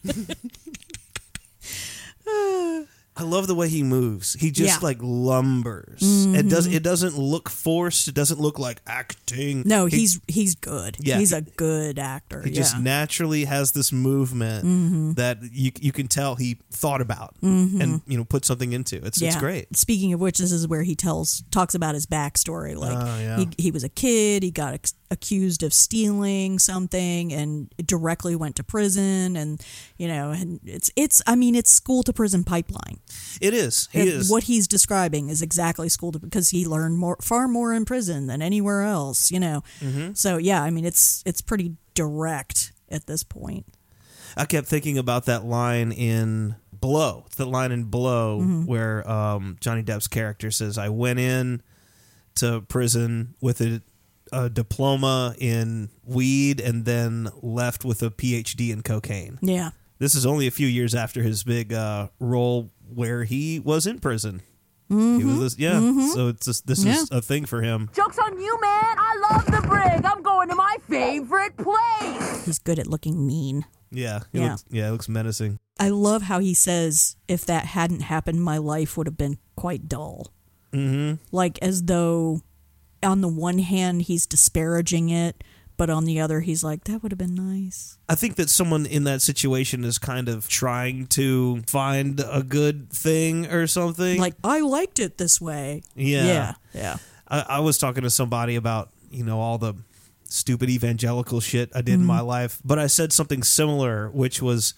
Speaker 1: I love the way he moves. He just
Speaker 2: Yeah. Mm-hmm.
Speaker 1: like lumbers. It does it doesn't look forced. It doesn't look like acting.
Speaker 2: No,
Speaker 1: He-
Speaker 2: he's he's good.
Speaker 1: Yeah.
Speaker 2: He's a good actor.
Speaker 1: he
Speaker 2: yeah.
Speaker 1: just naturally has this movement
Speaker 2: Mhm.
Speaker 1: that you you can tell he thought about
Speaker 2: Mhm.
Speaker 1: and you know put something into. It's it's great.
Speaker 2: Speaking of which, this is where he tells talks about his backstory. Like
Speaker 1: Oh, yeah.
Speaker 2: he he was a kid, he got ex- accused of stealing something, and directly went to prison. And you know, and it's it's I mean, it's school to prison pipeline.
Speaker 1: It is. He
Speaker 2: And
Speaker 1: is.
Speaker 2: What he's describing is exactly school to because he learned more far more in prison than anywhere else. You know,
Speaker 1: Mhm.
Speaker 2: so yeah, I mean, it's it's pretty direct at this point.
Speaker 1: I kept thinking about that line in Blow. It's that line in Blow
Speaker 6: Mhm.
Speaker 1: where um, Johnny Depp's character says, "I went in to prison with a, a diploma in weed, and then left with a PhD in cocaine."
Speaker 2: Yeah.
Speaker 1: This is only a few years after his big uh, role where he was in prison. He
Speaker 8: Mhm.
Speaker 1: was, yeah.
Speaker 8: Mhm.
Speaker 1: So it's just, this
Speaker 8: Yeah.
Speaker 1: is a thing for him.
Speaker 8: Joke's on you, man. I love the brig. I'm going to my favorite place.
Speaker 2: He's good at looking mean.
Speaker 1: Yeah. He
Speaker 2: Yeah.
Speaker 1: Looks, yeah. It looks menacing.
Speaker 2: I love how he says, if that hadn't happened, my life would have been quite dull.
Speaker 1: Mm-hmm.
Speaker 2: Like, as though on the one hand, he's disparaging it, but on the other, he's like, that would have been nice.
Speaker 1: I think that someone in that situation is kind of trying to find a good thing or something.
Speaker 2: Like, I liked it this way.
Speaker 1: yeah.
Speaker 2: Yeah. Yeah.
Speaker 1: I, I was talking to somebody about, you know, all the stupid evangelical shit I did in
Speaker 6: Mhm.
Speaker 1: my life, but I said something similar, which was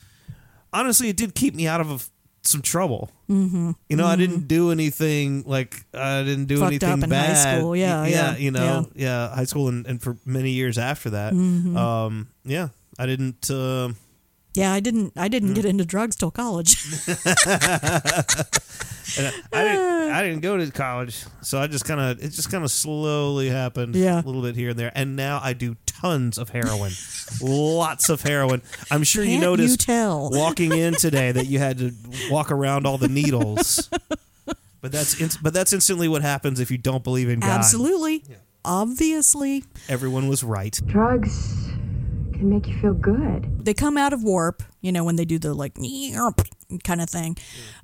Speaker 1: honestly, it did keep me out of a- some trouble.
Speaker 6: Mhm.
Speaker 1: You know, I
Speaker 6: Mhm.
Speaker 1: didn't do anything like I didn't do
Speaker 6: Fucked
Speaker 1: anything
Speaker 6: up in high
Speaker 1: bad.
Speaker 6: school. Yeah,
Speaker 1: Y-
Speaker 6: yeah, Mm-hmm.
Speaker 1: you know, yeah, high school and, and for many years after that.
Speaker 2: Mhm.
Speaker 1: Um, yeah, I didn't. um
Speaker 2: Yeah, I didn't. I
Speaker 1: Mm-hmm.
Speaker 2: didn't get into drugs till college.
Speaker 1: And I, I didn't. I didn't go to college, so I just kind of. It just kind of slowly happened.
Speaker 2: Yeah.
Speaker 1: a little bit here and there, and now I do tons of heroin, lots of heroin. I'm sure you
Speaker 6: Can't you
Speaker 1: noticed
Speaker 2: tell?
Speaker 1: walking in today that you had to walk around all the needles. but that's in, but that's instantly what happens if you don't believe in God.
Speaker 2: Absolutely. Obviously.
Speaker 1: everyone was right.
Speaker 2: Drugs can make you feel good. They come out of warp, you know, when they do the like kind of thing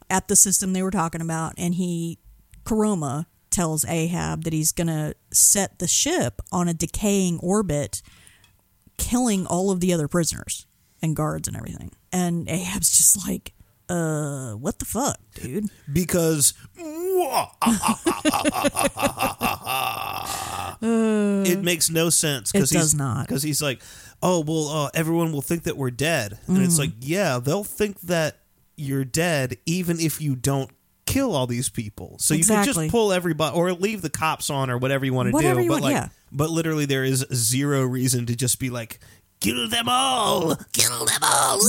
Speaker 2: at the system they were talking about. And he, Karoma, tells Ahab that he's going to set the ship on a decaying orbit, killing all of the other prisoners and guards and everything. And Ahab's just like, uh, what the fuck, dude?
Speaker 1: Because it makes no sense.
Speaker 2: It
Speaker 1: 'cause he's-
Speaker 2: does not.
Speaker 1: Because he's like, oh well, uh, everyone will think that we're dead, and it's
Speaker 6: Mhm.
Speaker 1: like, yeah, they'll think that you're dead, even if you don't kill all these people. So you can
Speaker 6: Exactly.
Speaker 1: just pull everybody or leave the cops on or whatever you want to
Speaker 6: Whatever
Speaker 1: do.
Speaker 6: you
Speaker 1: but
Speaker 6: want,
Speaker 1: like,
Speaker 6: yeah.
Speaker 1: but literally, there is zero reason to just be like, kill them all, kill them all.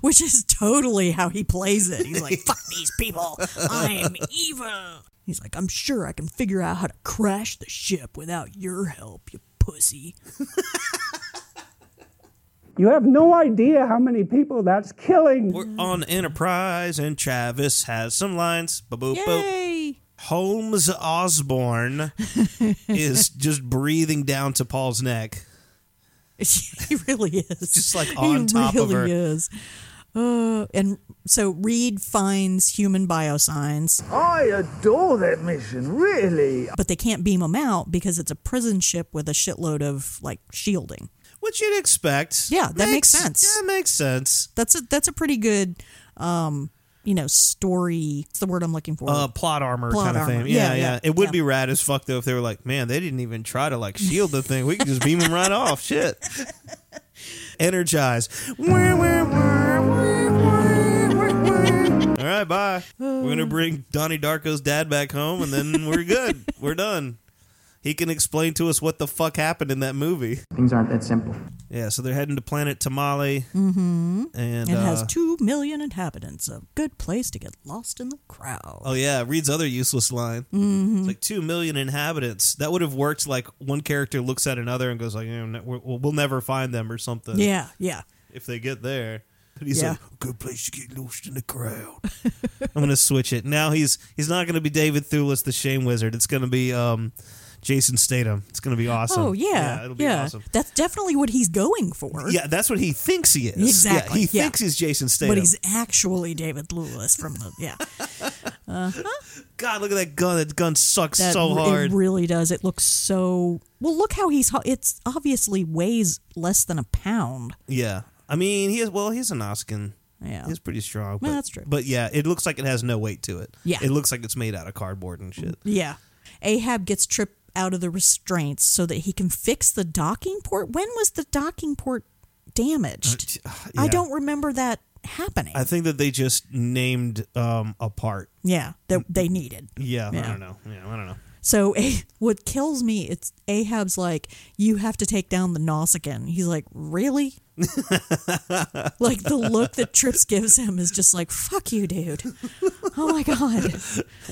Speaker 2: Which is totally how he plays it. He's like, fuck these people. I'm evil. He's like, I'm sure I can figure out how to crash the ship without your help, you pussy.
Speaker 7: You have no idea how many people that's killing.
Speaker 1: We're
Speaker 2: Mm-hmm.
Speaker 1: on Enterprise, and Travis has some lines. Boop, boop,
Speaker 2: Yay.
Speaker 1: boop. Holmes Osborne is just breathing down to Paul's neck.
Speaker 2: he really is.
Speaker 1: Just like on top
Speaker 2: really
Speaker 1: of her.
Speaker 2: is. Uh, and so Reed finds human biosigns.
Speaker 9: I adore that mission, really.
Speaker 2: But they can't beam him out because it's a prison ship with a shitload of like shielding.
Speaker 1: Which you'd expect.
Speaker 2: Yeah, that makes, sense.
Speaker 1: Yeah, it makes sense.
Speaker 2: That's a that's a pretty good, um, you know, story. It's the word I'm looking for.
Speaker 1: Uh, plot armor
Speaker 2: Plot
Speaker 1: kind of
Speaker 2: armor.
Speaker 1: thing. Yeah,
Speaker 2: Yeah,
Speaker 1: yeah.
Speaker 2: yeah,
Speaker 1: It would
Speaker 2: yeah.
Speaker 1: be rad as fuck though if they were like, man, they didn't even try to like shield the thing. We can just beam him right off. Shit. Energize. All right, bye. We're gonna bring Donnie Darko's dad back home, and then we're good. we're done. He can explain to us what the fuck happened in that movie.
Speaker 23: Things aren't that simple.
Speaker 1: Yeah, so they're heading to planet Tamale,
Speaker 2: Mm-hmm.
Speaker 1: and
Speaker 2: it has
Speaker 1: uh,
Speaker 2: two million inhabitants. A good place to get lost in the crowd.
Speaker 1: Oh yeah, Reed's other useless line.
Speaker 2: Mhm.
Speaker 1: It's like two million inhabitants. That would have worked. Like one character looks at another and goes like, "Eh, ne- we'll, "We'll never find them" or something.
Speaker 2: Yeah, yeah.
Speaker 1: If they get there, but he's
Speaker 2: Yeah.
Speaker 1: like, "Good place to get lost in the crowd." I'm gonna switch it now. He's he's not gonna be David Thewlis, the Shame Wizard. It's gonna be um, Jason Statham. It's gonna be awesome.
Speaker 2: Oh yeah,
Speaker 1: it'll be
Speaker 2: yeah.
Speaker 1: awesome.
Speaker 2: That's definitely what he's going for.
Speaker 1: Yeah, that's what he thinks he is. Yeah,
Speaker 2: Exactly,
Speaker 1: he
Speaker 2: yeah.
Speaker 1: thinks he's Jason Statham.
Speaker 2: but he's actually David Lewis from the yeah. Uh-huh.
Speaker 1: God, look at that gun. That gun sucks
Speaker 2: That
Speaker 1: so
Speaker 2: r-
Speaker 1: hard.
Speaker 2: It really does. It looks so well. Look how he's. ho- It's obviously weighs less than a pound.
Speaker 1: Yeah. I mean, he is well, he's an Oskin.
Speaker 2: Yeah.
Speaker 1: He's pretty strong. But,
Speaker 2: Well, that's true.
Speaker 1: But yeah, it looks like it has no weight to it.
Speaker 2: Yeah. Mm,
Speaker 1: It looks like it's made out of cardboard and shit.
Speaker 2: Yeah. Ahab gets tripped out of the restraints so that he can fix the docking port. When was the docking port damaged? I
Speaker 1: Uh, yeah.
Speaker 2: don't remember that happening.
Speaker 1: I think that they just named um a part.
Speaker 2: Yeah, that they needed.
Speaker 1: Yeah, I
Speaker 2: Yeah.
Speaker 1: don't know. Yeah, I don't know.
Speaker 2: So a- what kills me, it's Ahab's like, you have to take down the Nausicaan. He's like, really? like the look that Trips gives him is just like, fuck you, dude. Oh my god.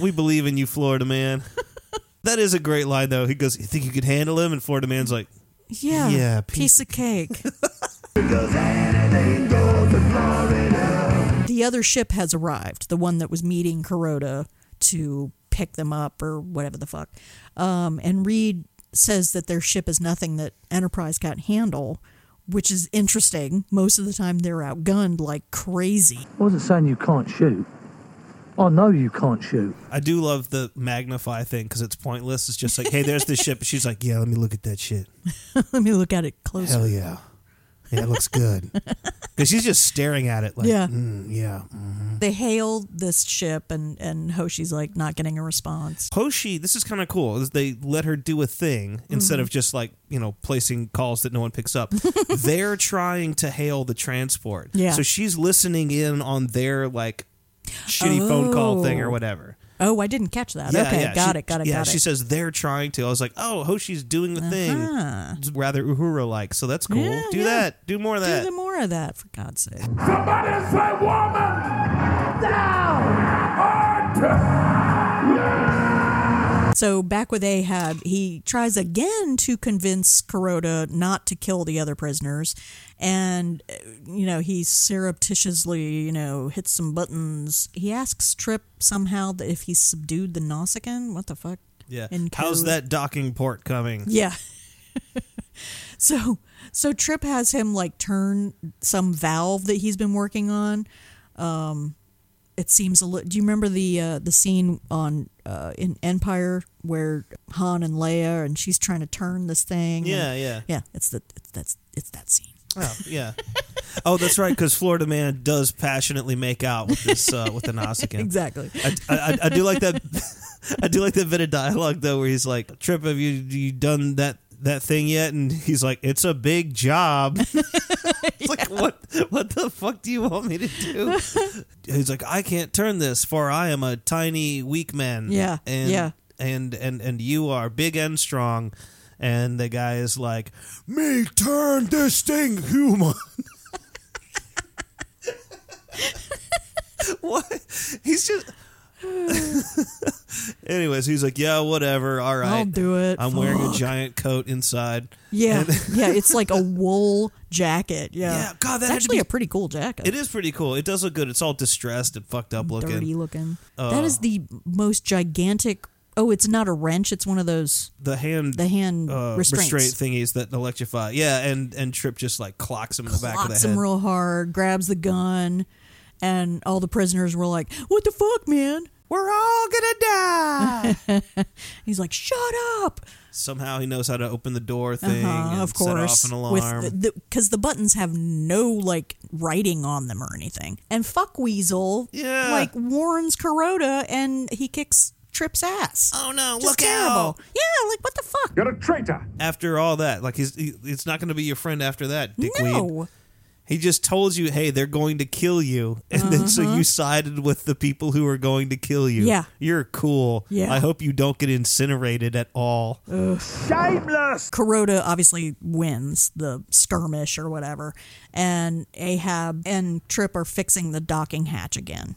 Speaker 1: We believe in you, Florida man. that is a great line, though. He goes, "You think you could handle him?" And Florida man's like,
Speaker 2: Yeah.
Speaker 1: Yeah,
Speaker 2: Piece of cake.
Speaker 8: Because anything goes in Florida.
Speaker 2: the other ship has arrived, the one that was meeting Kuroda to pick them up or whatever the fuck. Um, and Reed says that their ship is nothing that Enterprise can't handle, which is interesting. Most of the time they're outgunned like crazy.
Speaker 9: I wasn't saying you can't shoot. I know you can't shoot.
Speaker 1: I do love the magnify thing because it's pointless. It's just like, hey, there's this ship. She's like, yeah, let me look at that shit.
Speaker 2: Let me look at it closer.
Speaker 1: Hell yeah. Yeah, it looks good. Because she's just staring at it like,
Speaker 2: Yeah.
Speaker 1: "Mm, yeah. mhm."
Speaker 2: They hail this ship and, and Hoshi's like not getting a response.
Speaker 1: Hoshi, this is kind of cool. is They let her do a thing
Speaker 2: Mm-hmm.
Speaker 1: instead of just like, you know, placing calls that no one picks up. They're trying to hail the transport.
Speaker 2: Yeah.
Speaker 1: So she's listening in on their like shitty phone call thing or
Speaker 2: Oh.
Speaker 1: whatever.
Speaker 2: Oh, I didn't catch that. okay, got
Speaker 1: she-
Speaker 2: it, got it,
Speaker 1: Yeah,
Speaker 2: got it.
Speaker 1: she says they're trying to. I was like, oh, Hoshi's doing the
Speaker 2: Uh-huh.
Speaker 1: thing. It's rather Uhura like. So that's cool.
Speaker 2: Yeah,
Speaker 1: do
Speaker 2: yeah.
Speaker 1: that. Do more of that.
Speaker 2: Do the more of that, for God's sake.
Speaker 8: Somebody say woman down
Speaker 2: So back with Ahab, he tries again to convince Kuroda not to kill the other prisoners, and uh, you know he surreptitiously you know hits some buttons. He asks Trip somehow that if he's subdued the Nausicaan, what the fuck?
Speaker 1: Yeah.
Speaker 2: In
Speaker 1: How's
Speaker 2: code.
Speaker 1: that docking port coming?
Speaker 2: Yeah. so so Trip has him like turn some valve that he's been working on. Um it seems a little. Do you remember the uh, the scene on uh, in Empire where Han and Leia and she's trying to turn this thing?
Speaker 1: Yeah,
Speaker 2: and-
Speaker 1: yeah.
Speaker 2: yeah. It's the it's, that's it's that scene.
Speaker 1: Oh, yeah. oh, that's right. Because Florida Man does passionately make out with this uh, with the Nausicaan.
Speaker 2: Exactly.
Speaker 1: I, I, I- I do like that. I do like that bit of dialogue though, where he's like, "Trip, have you you done that that thing yet?" And he's like, "It's a big job." it's like, what what the fuck do you want me to do? he's like, "I can't turn this, for I am a tiny weak man."
Speaker 2: Yeah,
Speaker 1: and,
Speaker 2: yeah.
Speaker 1: And and and you are big and strong. And the guy is like,
Speaker 15: Me turn this thing human.
Speaker 1: what? He's just. Anyways, he's like, yeah, whatever. All right,
Speaker 2: I'll do it.
Speaker 1: I'm wearing a
Speaker 2: Fuck.
Speaker 1: giant coat inside.
Speaker 2: Yeah,
Speaker 1: And-
Speaker 2: yeah. It's like a wool jacket. Yeah,
Speaker 1: Yeah, God, that had
Speaker 2: it's
Speaker 1: to
Speaker 2: actually
Speaker 1: be-
Speaker 2: a pretty cool jacket.
Speaker 1: it is pretty cool. It does look good. It's all distressed and fucked up looking.
Speaker 2: dirty looking.
Speaker 1: Uh,
Speaker 2: that is the most gigantic. Oh, it's not a wrench. It's one of those
Speaker 1: the hand
Speaker 2: the hand
Speaker 1: uh,
Speaker 2: restraints.
Speaker 1: restraint thingies that electrify. Yeah, and and Trip just like clocks him in the back of the
Speaker 2: Locks
Speaker 1: head.
Speaker 2: him real hard, grabs the gun, and all the prisoners were like, "What the fuck, man?
Speaker 1: We're all gonna die."
Speaker 2: He's like, "Shut up!"
Speaker 1: Somehow he knows how to open the door thing.
Speaker 2: Uh-huh,
Speaker 1: and
Speaker 2: of course,
Speaker 1: set off an alarm.
Speaker 2: with the because the, buttons have no like writing on them or anything. And fuck Weasel,
Speaker 1: Yeah.
Speaker 2: like warns Kuroda, and he kicks Trip's ass.
Speaker 1: Oh no!
Speaker 2: Just
Speaker 1: look
Speaker 2: terrible.
Speaker 1: out.
Speaker 2: Yeah, like what the fuck?
Speaker 1: You're a traitor. After all that, like he's he, it's not going to be your friend after that, dickweed.
Speaker 2: No.
Speaker 1: He just told you, "Hey, they're going to kill you," and then so
Speaker 2: Uh-huh.
Speaker 1: you sided with the people who are going to kill you.
Speaker 2: Yeah.
Speaker 1: you're cool.
Speaker 2: Yeah.
Speaker 1: I hope you don't get incinerated at all.
Speaker 2: Shameless! Kuroda obviously wins the skirmish or whatever, and Ahab and Trip are fixing the docking hatch again.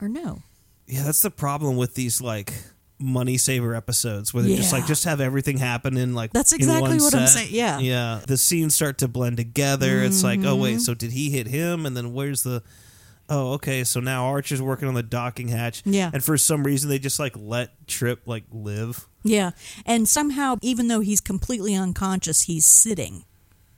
Speaker 2: Or no.
Speaker 1: Yeah, that's the problem with these like money saver episodes where they just
Speaker 2: Yeah.
Speaker 1: like just have everything happen in like
Speaker 2: That's
Speaker 1: in
Speaker 2: exactly
Speaker 1: one
Speaker 2: what I'm
Speaker 1: set.
Speaker 2: saying, yeah.
Speaker 1: yeah. The scenes start to blend together. It's like, oh wait,
Speaker 2: Mhm.
Speaker 1: so did he hit him? And then where's the? Oh, okay. So now Archer's working on the docking hatch.
Speaker 2: Yeah.
Speaker 1: and for some reason they just like let Trip like live.
Speaker 2: Yeah. And somehow, even though he's completely unconscious, he's sitting.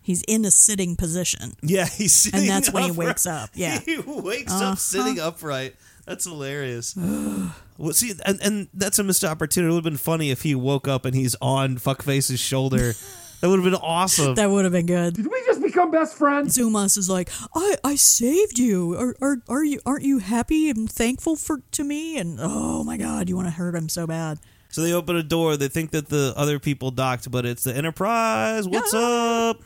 Speaker 2: He's in a sitting position.
Speaker 1: Yeah, he's sitting
Speaker 2: And that's when he
Speaker 1: upright.
Speaker 2: wakes up. Yeah.
Speaker 1: he wakes
Speaker 2: Uh-huh.
Speaker 1: up sitting upright. That's hilarious. well, see, and, and that's a missed opportunity. It would have been funny if he woke up and he's on Fuckface's shoulder. that would have been awesome.
Speaker 2: That would have been good. Did we just become best friends? Zumas is like, I, I saved you. Are, are are you aren't you happy and thankful for to me? And oh my god, you want to hurt him so bad.
Speaker 1: so they open a door. They think that the other people docked, but it's the Enterprise. What's up?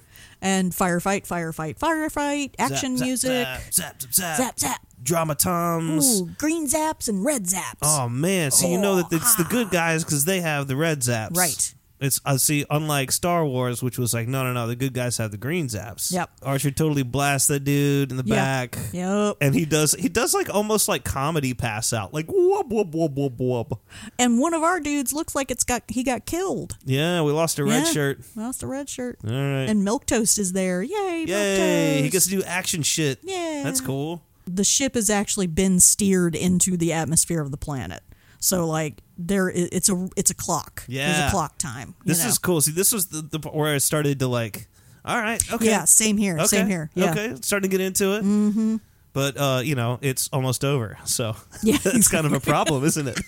Speaker 2: and firefight, firefight, firefight, action
Speaker 1: zap,
Speaker 2: music,
Speaker 1: Zap, zap, zap,
Speaker 2: zap, zap.
Speaker 1: Drama toms.
Speaker 2: Ooh, green zaps and red zaps.
Speaker 1: Oh man! So you know that it's the good guys because they have the red zaps,
Speaker 2: Oh. Right.
Speaker 1: It's I see. Unlike Star Wars, which was like, no, no, no, the good guys have the green zaps.
Speaker 2: Yep.
Speaker 1: Archer totally blasts that dude in the
Speaker 2: Yeah.
Speaker 1: back,
Speaker 2: Yep.
Speaker 1: and he does he does like almost like comedy pass out, like whoop whoop whoop whoop whoop.
Speaker 2: And one of our dudes looks like it's got he got killed.
Speaker 1: Yeah, we lost a red
Speaker 2: Yeah,
Speaker 1: shirt.
Speaker 2: Lost a red shirt.
Speaker 1: All right.
Speaker 2: And Milk Toast is there. Yay! Milk
Speaker 1: Yay!
Speaker 2: Toast.
Speaker 1: He gets to do action shit.
Speaker 2: Yeah.
Speaker 1: that's cool.
Speaker 2: the ship has actually been steered into the atmosphere of the planet. So like there, i- it's a it's a clock.
Speaker 1: Yeah,
Speaker 2: there's a clock time. you
Speaker 1: This
Speaker 2: know.
Speaker 1: is cool. See, this was the, the part where I started to like. All right. Okay.
Speaker 2: Yeah, same here,
Speaker 1: Okay,
Speaker 2: same here, yeah.
Speaker 1: Okay. Starting to get into it. Mm-hmm. But uh, you know, it's almost over. So yeah, it's kind of a problem, isn't it?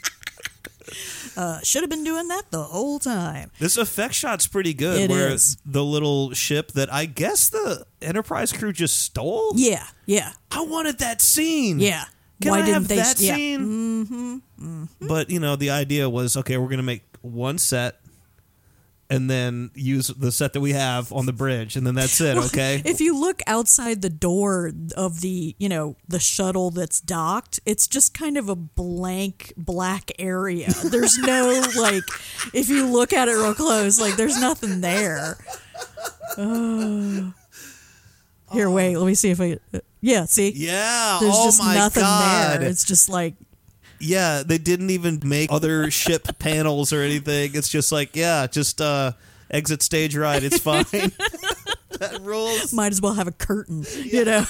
Speaker 2: uh, should have been doing that the whole time.
Speaker 1: This effect shot's pretty good.
Speaker 2: It
Speaker 1: where
Speaker 2: is.
Speaker 1: the little ship that I guess the Enterprise crew just stole.
Speaker 2: Yeah, yeah.
Speaker 1: I wanted that scene.
Speaker 2: Yeah.
Speaker 1: Can
Speaker 2: Why
Speaker 1: I
Speaker 2: didn't
Speaker 1: have
Speaker 2: they?
Speaker 1: that
Speaker 2: yeah.
Speaker 1: scene?
Speaker 2: Mm-hmm.
Speaker 1: But you know, the idea was okay, we're gonna make one set. And then use the set that we have on the bridge, and then that's it.
Speaker 2: Well,
Speaker 1: Okay.
Speaker 2: If you look outside the door of the, you know, the shuttle that's docked, it's just kind of a blank black area. There's no like if you look at it real close, like there's nothing there. Oh. Here, wait, let me see if I Yeah, see?
Speaker 1: Yeah.
Speaker 2: There's
Speaker 1: oh
Speaker 2: just
Speaker 1: my
Speaker 2: nothing
Speaker 1: God.
Speaker 2: there. It's just like
Speaker 1: Yeah, they didn't even make other ship panels or anything. It's just like, yeah, just uh exit stage right, it's fine. that rules.
Speaker 2: Might as well have a curtain, you know.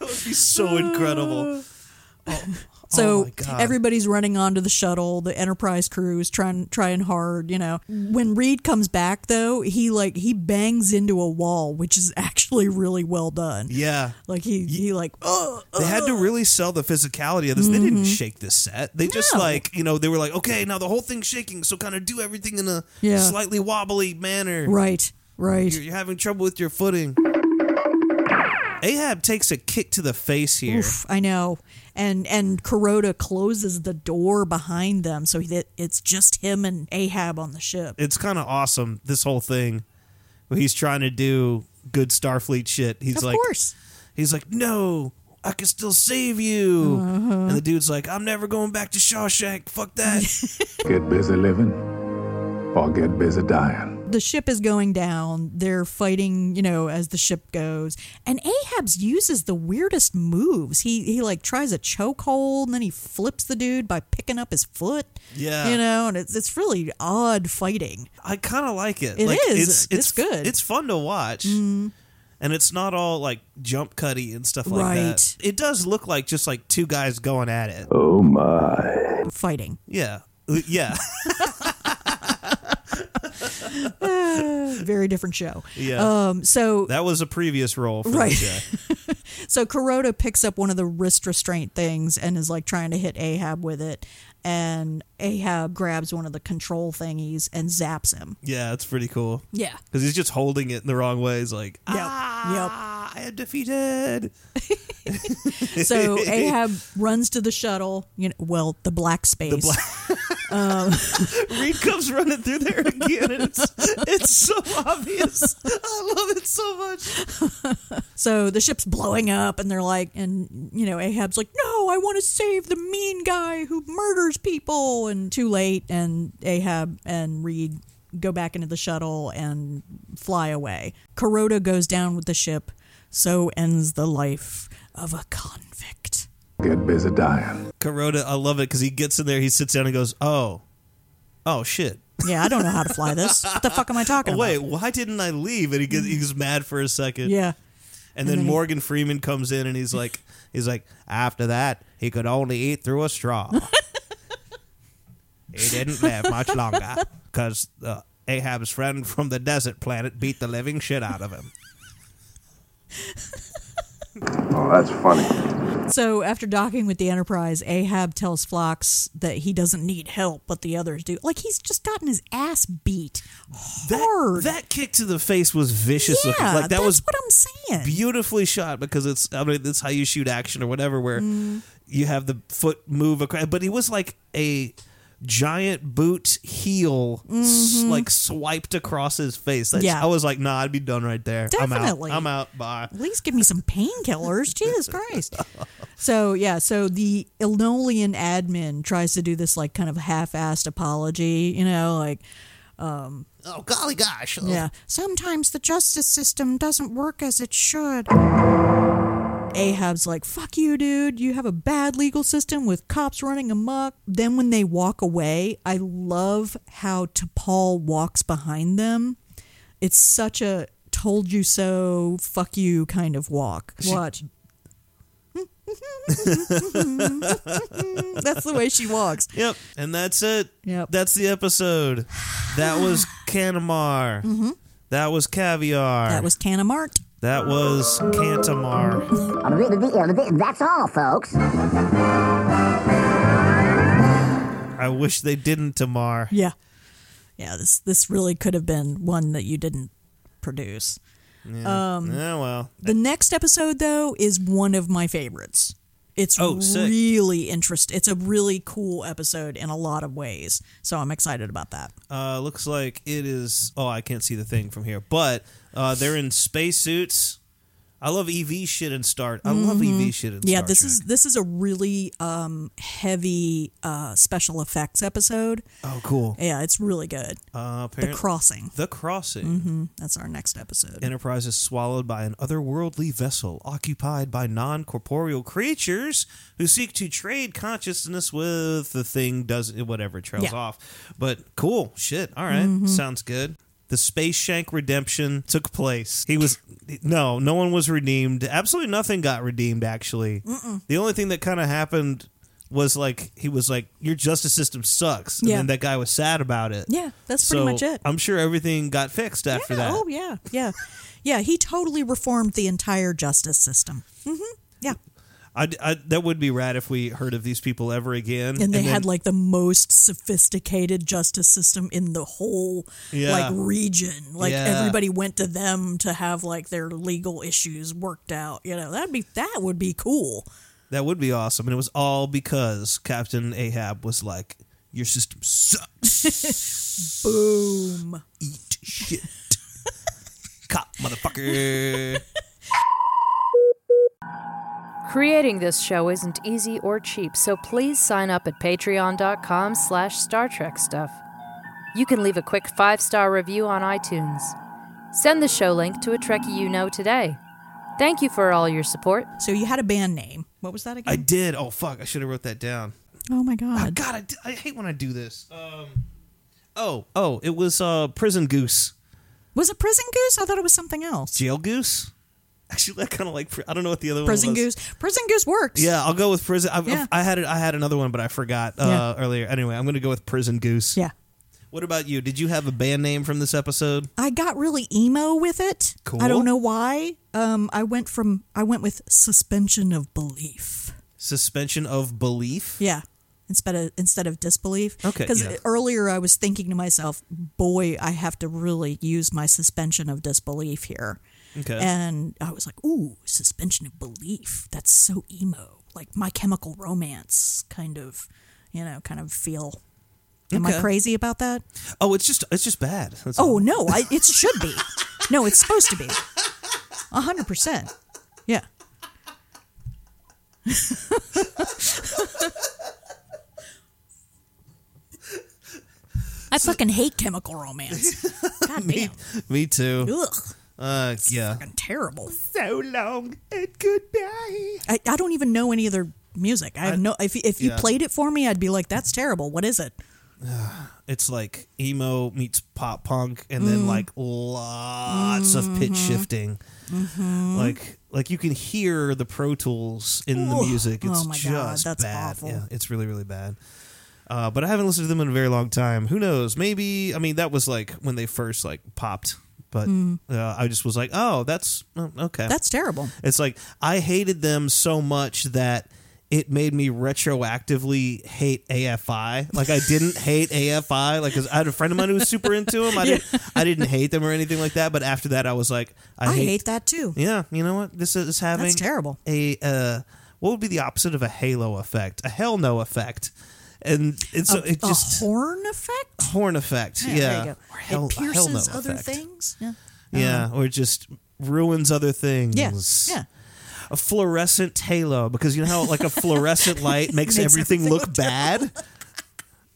Speaker 1: He's so incredible.
Speaker 2: So
Speaker 1: Oh my God.
Speaker 2: everybody's running onto the shuttle. The Enterprise crew is trying trying hard, you know. When Reed comes back though, he like he bangs into a wall, which is actually really well done.
Speaker 1: Yeah.
Speaker 2: Like he he like oh
Speaker 1: They had to really sell the physicality of this. They didn't shake this set. They just
Speaker 2: Mm-hmm. No.
Speaker 1: like, you know, they were like, okay, now the whole thing's shaking, so kind of do everything in a
Speaker 2: Yeah.
Speaker 1: slightly wobbly manner.
Speaker 2: right, right.
Speaker 1: You're, you're having trouble with your footing. Ahab takes a kick to the face here.
Speaker 2: Oof, I know. And and Kuroda closes the door behind them so that it's just him and Ahab on the ship.
Speaker 1: it's kind of awesome this whole thing where he's trying to do good starfleet shit he's
Speaker 6: Of
Speaker 1: like
Speaker 6: course.
Speaker 1: he's like no i can still save you and the dude's like i'm never going back to shawshank fuck that
Speaker 11: Get busy living or get busy dying.
Speaker 2: The ship is going down. They're fighting, you know, as the ship goes. And Ahab's uses the weirdest moves. He he like tries a chokehold and then he flips the dude by picking up his foot.
Speaker 1: Yeah.
Speaker 2: You know, and it's it's really odd fighting.
Speaker 1: i kind of like it
Speaker 2: It
Speaker 1: like,
Speaker 2: is.
Speaker 1: it's, it's
Speaker 2: It's good. Mm-hmm.
Speaker 1: it's fun to watch and it's not all like jump cutty and stuff like that
Speaker 2: Right.
Speaker 1: it does look like just like two guys going at it
Speaker 11: Oh my.
Speaker 2: Fighting.
Speaker 1: yeah Uh, yeah
Speaker 2: Ah, very different show.
Speaker 1: yeah
Speaker 2: Um so
Speaker 1: that was a previous role for
Speaker 2: Right.
Speaker 1: this guy
Speaker 2: So Kuroda picks up one of the wrist restraint things and is like trying to hit Ahab with it. And Ahab grabs one of the control thingies and zaps him.
Speaker 1: Yeah, it's pretty cool.
Speaker 2: Yeah.
Speaker 1: because he's just holding it in the wrong way. He's like,
Speaker 2: Yep.
Speaker 1: yep. Ah, I am defeated.
Speaker 2: yep. So Ahab runs to the shuttle, you know, well, the black space. um,
Speaker 1: Reed comes running through there again. And it's it's so obvious. I love it so much.
Speaker 2: so the ship's blowing up and they're like, and, you know, Ahab's like, no, I want to save the mean guy who murders people. And too late. And Ahab and Reed go back into the shuttle and fly away. Kuroda goes down with the ship. So ends the life of a convict.
Speaker 11: Get busy dying.
Speaker 1: Kuroda, I love it because he gets in there, he sits down and goes, oh, oh shit.
Speaker 2: Yeah, I don't know how to fly this. What the fuck am I
Speaker 1: Oh,
Speaker 2: talking about?
Speaker 1: wait, why didn't I leave? And he gets he's mad for a second.
Speaker 2: Yeah.
Speaker 1: And,
Speaker 2: And
Speaker 1: then,
Speaker 2: then he-
Speaker 1: Morgan Freeman comes in and he's like, he's like, after that, he could only eat through a straw. he didn't live much longer because uh, Ahab's friend from the desert planet beat the living shit out of him.
Speaker 11: Oh, that's funny.
Speaker 2: So after docking with the Enterprise, Ahab tells Phlox that he doesn't need help, but the others do. Like he's just gotten his ass beat hard.
Speaker 1: That kick to the face was vicious.
Speaker 2: yeah,
Speaker 1: looking. Like that
Speaker 2: that's
Speaker 1: was
Speaker 2: what I'm saying.
Speaker 1: beautifully shot because it's I mean that's how you
Speaker 2: Mm.
Speaker 1: shoot action or whatever where you have the foot move across. But he was like a giant boot heel s-
Speaker 2: Mhm.
Speaker 1: like swiped across his face. That's,
Speaker 2: Yeah.
Speaker 1: I was like, nah, I'd be done right there.
Speaker 2: Definitely.
Speaker 1: I'm out. I'm out. Bye.
Speaker 2: At least give me some painkillers. Jesus Christ. So, yeah, so the Illinoian admin tries to do this, like, kind of half assed apology, you know, like. Um,
Speaker 1: oh, golly gosh.
Speaker 2: Yeah. Sometimes the justice system doesn't work as it should. Ahab's like, fuck you, dude. You have a bad legal system with cops running amok. Then when they walk away, I love how T'Pol walks behind them. It's such a told you so, fuck you kind of walk. Watch. That's the way she walks.
Speaker 1: Yep. And that's it. Yep. That's the episode. That was Canamar.
Speaker 2: Mhm.
Speaker 1: That was Caviar.
Speaker 2: That was Canamart.
Speaker 1: That was Cantamar.
Speaker 13: That's all, folks.
Speaker 1: I wish they didn't Tamar.
Speaker 2: Yeah. Yeah, this this really could have been one that you didn't produce.
Speaker 1: Yeah.
Speaker 2: Um,
Speaker 1: Yeah, well.
Speaker 2: The next episode though is one of my favorites. It's
Speaker 1: Oh, sick.
Speaker 2: really interesting. It's a really cool episode in a lot of ways. So I'm excited about that.
Speaker 1: Uh, looks like it is. Oh, I can't see the thing from here, but uh, they're in spacesuits. I love EV shit and start. I love
Speaker 2: Mhm.
Speaker 1: EV shit and
Speaker 2: Yeah,
Speaker 1: Star
Speaker 2: this
Speaker 1: Trek.
Speaker 2: is this is a really um, heavy uh, special effects episode.
Speaker 1: Oh, cool.
Speaker 2: Yeah, it's really good.
Speaker 1: Uh,
Speaker 2: the
Speaker 1: apparent-
Speaker 2: crossing.
Speaker 1: The crossing.
Speaker 2: hmm That's our next episode.
Speaker 1: Enterprise is swallowed by an otherworldly vessel occupied by non corporeal creatures who seek to trade consciousness with the thing, does whatever trails
Speaker 6: Yeah.
Speaker 1: off. But cool, shit. All right.
Speaker 2: Mm-hmm.
Speaker 6: Mhm.
Speaker 1: sounds good. The Space Shank redemption took place. He was no, no one was redeemed. Absolutely nothing got redeemed. Actually,
Speaker 6: Mm-mm.
Speaker 1: the only thing that kind of happened was like he was like, "Your justice system sucks," and
Speaker 2: Yeah.
Speaker 1: then that guy was sad about it.
Speaker 2: Yeah, that's pretty
Speaker 1: So,
Speaker 2: much it.
Speaker 1: I'm sure everything got fixed after that.
Speaker 2: Oh yeah, yeah, yeah. He totally reformed the entire justice system. hmm Yeah,
Speaker 1: I, I- that would be rad if we heard of these people ever again.
Speaker 2: and, they
Speaker 1: then-
Speaker 2: had like the most sophisticated justice system in the whole
Speaker 1: Yeah.
Speaker 2: like region. Like
Speaker 1: Yeah.
Speaker 2: everybody went to them to have like their legal issues worked out. You know, that'd be that would be cool.
Speaker 1: that would be awesome, and it was all because Captain Ahab was like, "Your system sucks."
Speaker 2: Boom.
Speaker 1: Eat shit. Cop, motherfucker.
Speaker 12: Creating this show isn't easy or cheap, so please sign up at patreon.com slash Star Trek Stuff. You can leave a quick five-star review on iTunes. Send the show link to a Trekkie you know today. Thank you for all your support.
Speaker 2: So you had a band name. What was that again?
Speaker 1: I did. Oh fuck! I should have wrote that down.
Speaker 2: oh my god.
Speaker 1: Oh, God, I, d- I hate when I do this. Um, oh, oh, it was uh, prison goose,
Speaker 2: Was it Prison Goose? I thought it was something else.
Speaker 1: jail goose. Actually, I kind of like. pri- I don't know what the other
Speaker 2: Prison
Speaker 1: one was.
Speaker 2: Goose. Prison Goose works.
Speaker 1: Yeah, I'll go with prison. I've,
Speaker 2: Yeah.
Speaker 1: I had it. I had another one, but I forgot uh, earlier. Anyway, I'm going to go with prison goose.
Speaker 2: Yeah.
Speaker 1: What about you? Did you have a band name from this episode?
Speaker 2: I got really emo with it.
Speaker 1: Cool.
Speaker 2: I don't know why. Um, I went from I went with suspension of belief.
Speaker 1: Suspension of belief.
Speaker 2: Yeah. Instead of instead of disbelief.
Speaker 1: Okay,
Speaker 2: Because
Speaker 1: yeah.
Speaker 2: earlier I was thinking to myself, boy, I have to really use my suspension of disbelief here.
Speaker 1: Okay.
Speaker 2: And I was like, ooh, suspension of belief. That's so emo. Like my chemical romance kind of, you know, kind of feel. Am
Speaker 1: Okay.
Speaker 2: I crazy about that?
Speaker 1: Oh, it's just it's just bad. That's
Speaker 2: oh
Speaker 1: all.
Speaker 2: no, I, it should be. No, it's supposed to be. A hundred percent. Yeah. I fucking hate chemical romance. God damn.
Speaker 1: Me too.
Speaker 2: Ugh.
Speaker 1: Uh, yeah.
Speaker 2: Terrible.
Speaker 6: So long and goodbye.
Speaker 2: I, I don't even know any other music. I have no if if you
Speaker 1: yeah.
Speaker 2: played it for me, I'd be like, that's terrible. What is it?
Speaker 1: It's like emo meets pop punk, and then
Speaker 2: Mm.
Speaker 1: like lots of pitch
Speaker 2: Mhm.
Speaker 1: shifting.
Speaker 2: Mhm.
Speaker 1: Like like you can hear the Pro Tools in the
Speaker 2: Ugh.
Speaker 1: music. It's
Speaker 2: Oh my God,
Speaker 1: just
Speaker 2: that's
Speaker 1: bad.
Speaker 2: awful.
Speaker 1: Yeah, it's really really bad. Uh, but I haven't listened to them in a very long time. Who knows? Maybe I mean that was like when they first like popped. But
Speaker 2: Mm.
Speaker 1: uh, I just was like, oh, that's oh, okay.
Speaker 2: That's terrible.
Speaker 1: It's like I hated them so much that it made me retroactively hate AFI. Like I didn't hate AFI. Like 'cause I had a friend of mine who was super into them. I didn't. I didn't hate them or anything like that. But after that, I was like, I,
Speaker 2: I, hate that too.
Speaker 1: Yeah, you know what? This is having
Speaker 2: That's terrible.
Speaker 1: A uh, what would be the opposite of a halo effect? A hell no effect. and and so
Speaker 2: a,
Speaker 1: it
Speaker 2: a
Speaker 1: just
Speaker 2: horn effect.
Speaker 1: horn effect. Yeah,
Speaker 2: there you go.
Speaker 1: Or hell-
Speaker 2: it
Speaker 1: hell no
Speaker 2: pierces other
Speaker 1: effect.
Speaker 2: things. Yeah.
Speaker 1: Yeah, or just ruins other things.
Speaker 2: Yes. Yeah.
Speaker 1: A fluorescent halo, because you know how like a fluorescent light makes,
Speaker 2: Makes
Speaker 1: everything,
Speaker 2: everything
Speaker 1: look bad.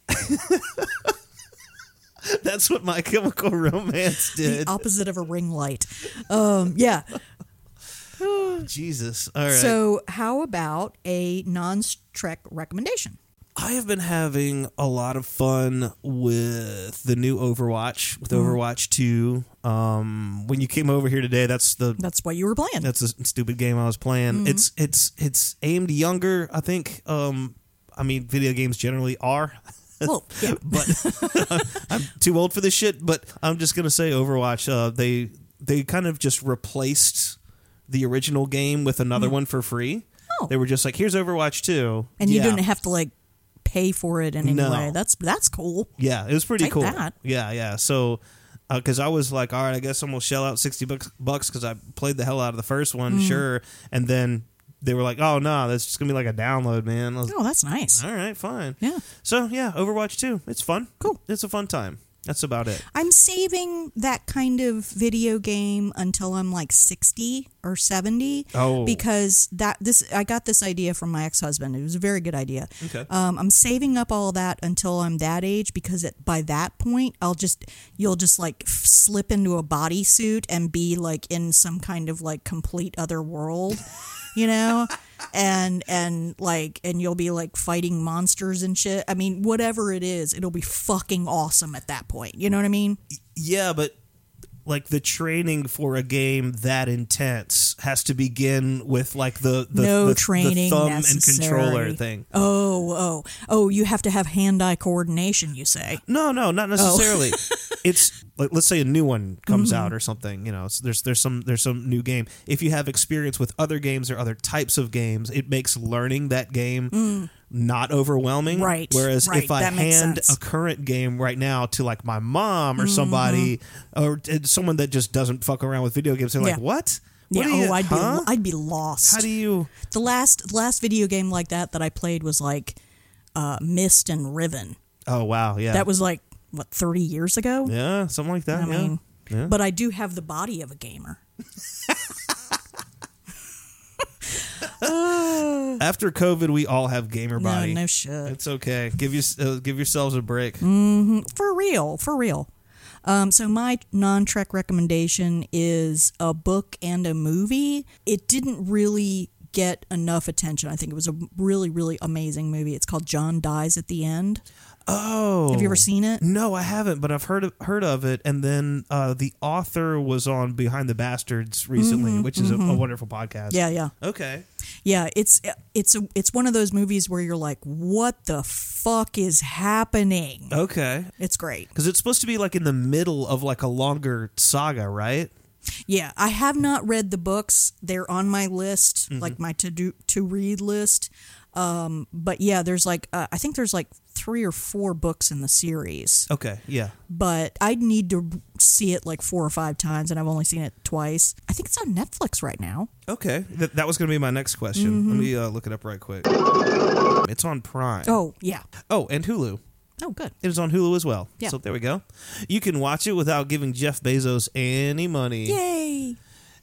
Speaker 1: That's what My Chemical Romance
Speaker 2: The
Speaker 1: did.
Speaker 2: opposite of a ring light. Um, yeah.
Speaker 1: Jesus. All right.
Speaker 2: So, how about a non Trek recommendation?
Speaker 1: I have been having a lot of fun with the new Overwatch, with
Speaker 2: Mhm.
Speaker 1: Overwatch 2. Um, when you came over here today, that's the
Speaker 2: That's what you were playing.
Speaker 1: That's a stupid game I was playing.
Speaker 2: Mhm.
Speaker 1: It's it's it's aimed younger, I think. Um, I mean, video games generally are.
Speaker 2: Well, yeah.
Speaker 1: but uh, I'm too old for this shit. But I'm just gonna say Overwatch. Uh, they they kind of just replaced the original game with another
Speaker 2: Mhm.
Speaker 1: one for free.
Speaker 2: Oh.
Speaker 1: They were just like, here's Overwatch 2.
Speaker 2: And you
Speaker 1: Yeah.
Speaker 2: didn't have to like pay for it in any
Speaker 1: No.
Speaker 2: way. That's that's cool.
Speaker 1: Yeah, it was pretty
Speaker 2: Take
Speaker 1: cool.
Speaker 2: that.
Speaker 1: Yeah, yeah. So, because I was like, all right, I guess I'm gonna shell out sixty bucks bucks because I played the hell out of the first one,
Speaker 2: Mm.
Speaker 1: sure. And then they were like, oh no, that's just gonna be like a download, man. I was-
Speaker 2: Oh, that's nice.
Speaker 1: All right, fine.
Speaker 2: Yeah.
Speaker 1: So yeah, Overwatch two, it's fun. Cool. It's a fun time. That's about it.
Speaker 2: I'm saving that kind of video game until I'm like 60 or 70.
Speaker 1: Oh.
Speaker 2: Because that this I got this idea from my ex-husband. It was a very good idea.
Speaker 1: Okay.
Speaker 2: Um, I'm saving up all that until I'm that age because at, by that point I'll just you'll just like f- slip into a bodysuit and be like in some kind of like complete other world, you know? And and like and you'll be like fighting monsters and shit. I mean, whatever it is, it'll be fucking awesome at that point. You know what I mean?
Speaker 1: Yeah, but like the training for a game that intense has to begin with like the the,
Speaker 2: no
Speaker 1: the- the
Speaker 2: training
Speaker 1: thumb
Speaker 2: necessary.
Speaker 1: and controller thing.
Speaker 2: Oh, oh, oh! You have to have hand-eye coordination. You say?
Speaker 1: No, no,
Speaker 2: Oh.
Speaker 1: not necessarily. it's like let's say a new one comes
Speaker 2: Mm-hmm.
Speaker 1: out or something. You know, so there's there's some there's some new game. If you have experience with other games or other types of games, it makes learning that game
Speaker 2: Mm.
Speaker 1: not overwhelming.
Speaker 2: Right,
Speaker 1: Whereas
Speaker 2: right,
Speaker 1: if I
Speaker 2: that makes
Speaker 1: hand
Speaker 2: sense. Mm-hmm.
Speaker 1: a current game right now to like my mom or somebody or uh, someone that just doesn't fuck around with video games, they're like,
Speaker 2: Yeah.
Speaker 1: "What?
Speaker 2: Yeah.
Speaker 1: What are you-
Speaker 2: oh, I'd
Speaker 1: huh?"
Speaker 2: be I'd be lost. How do
Speaker 1: you?
Speaker 2: The last the last video game like that that I played was like uh, Mist and Riven.
Speaker 1: Oh wow, yeah.
Speaker 2: That was like what thirty years ago.
Speaker 1: yeah, something like that.
Speaker 2: I
Speaker 1: yeah.
Speaker 2: mean,
Speaker 1: Yeah.
Speaker 2: But I do have the body of a gamer. Uh,
Speaker 1: After COVID, we all have gamer
Speaker 2: No,
Speaker 1: body.
Speaker 2: no shit.
Speaker 1: It's okay. Give you uh, give yourselves a break.
Speaker 2: mhm. For real, for real. Um, so my non-Trek recommendation is a book and a movie. It didn't really get enough attention. I think it was a really, really amazing movie. It's called John Dies at the End.
Speaker 1: Oh,
Speaker 2: Have you ever seen it?
Speaker 1: No, I haven't, but I've heard of, heard of it. And then uh, the author was on Behind the Bastards recently,
Speaker 2: Mhm,
Speaker 1: which is a, a
Speaker 2: mhm.
Speaker 1: wonderful podcast.
Speaker 2: Yeah, yeah.
Speaker 1: Okay.
Speaker 2: Yeah, it's it's a, it's one of those movies where you're like, what the fuck is happening?
Speaker 1: Okay.
Speaker 2: It's great.
Speaker 1: Because it's supposed to be like in the middle of like a longer saga, right?
Speaker 2: Yeah, I have not read the books. They're on my list,
Speaker 1: Mhm.
Speaker 2: like my to do to read list. Um, but yeah, there's like uh, I think there's like three or four books in the series.
Speaker 1: Okay. Yeah.
Speaker 2: But I'd need to see it like four or five times, and I've only seen it twice. I think it's on Netflix right now.
Speaker 1: Okay. Th- that was going to be my next question. Let
Speaker 2: Mhm.
Speaker 1: me uh, look it up right quick. It's on Prime.
Speaker 2: Oh yeah.
Speaker 1: Oh, and Hulu.
Speaker 2: Oh good.
Speaker 1: It is on Hulu as well.
Speaker 2: Yeah.
Speaker 1: So there we go. You can watch it without giving Jeff Bezos any money.
Speaker 2: Yay.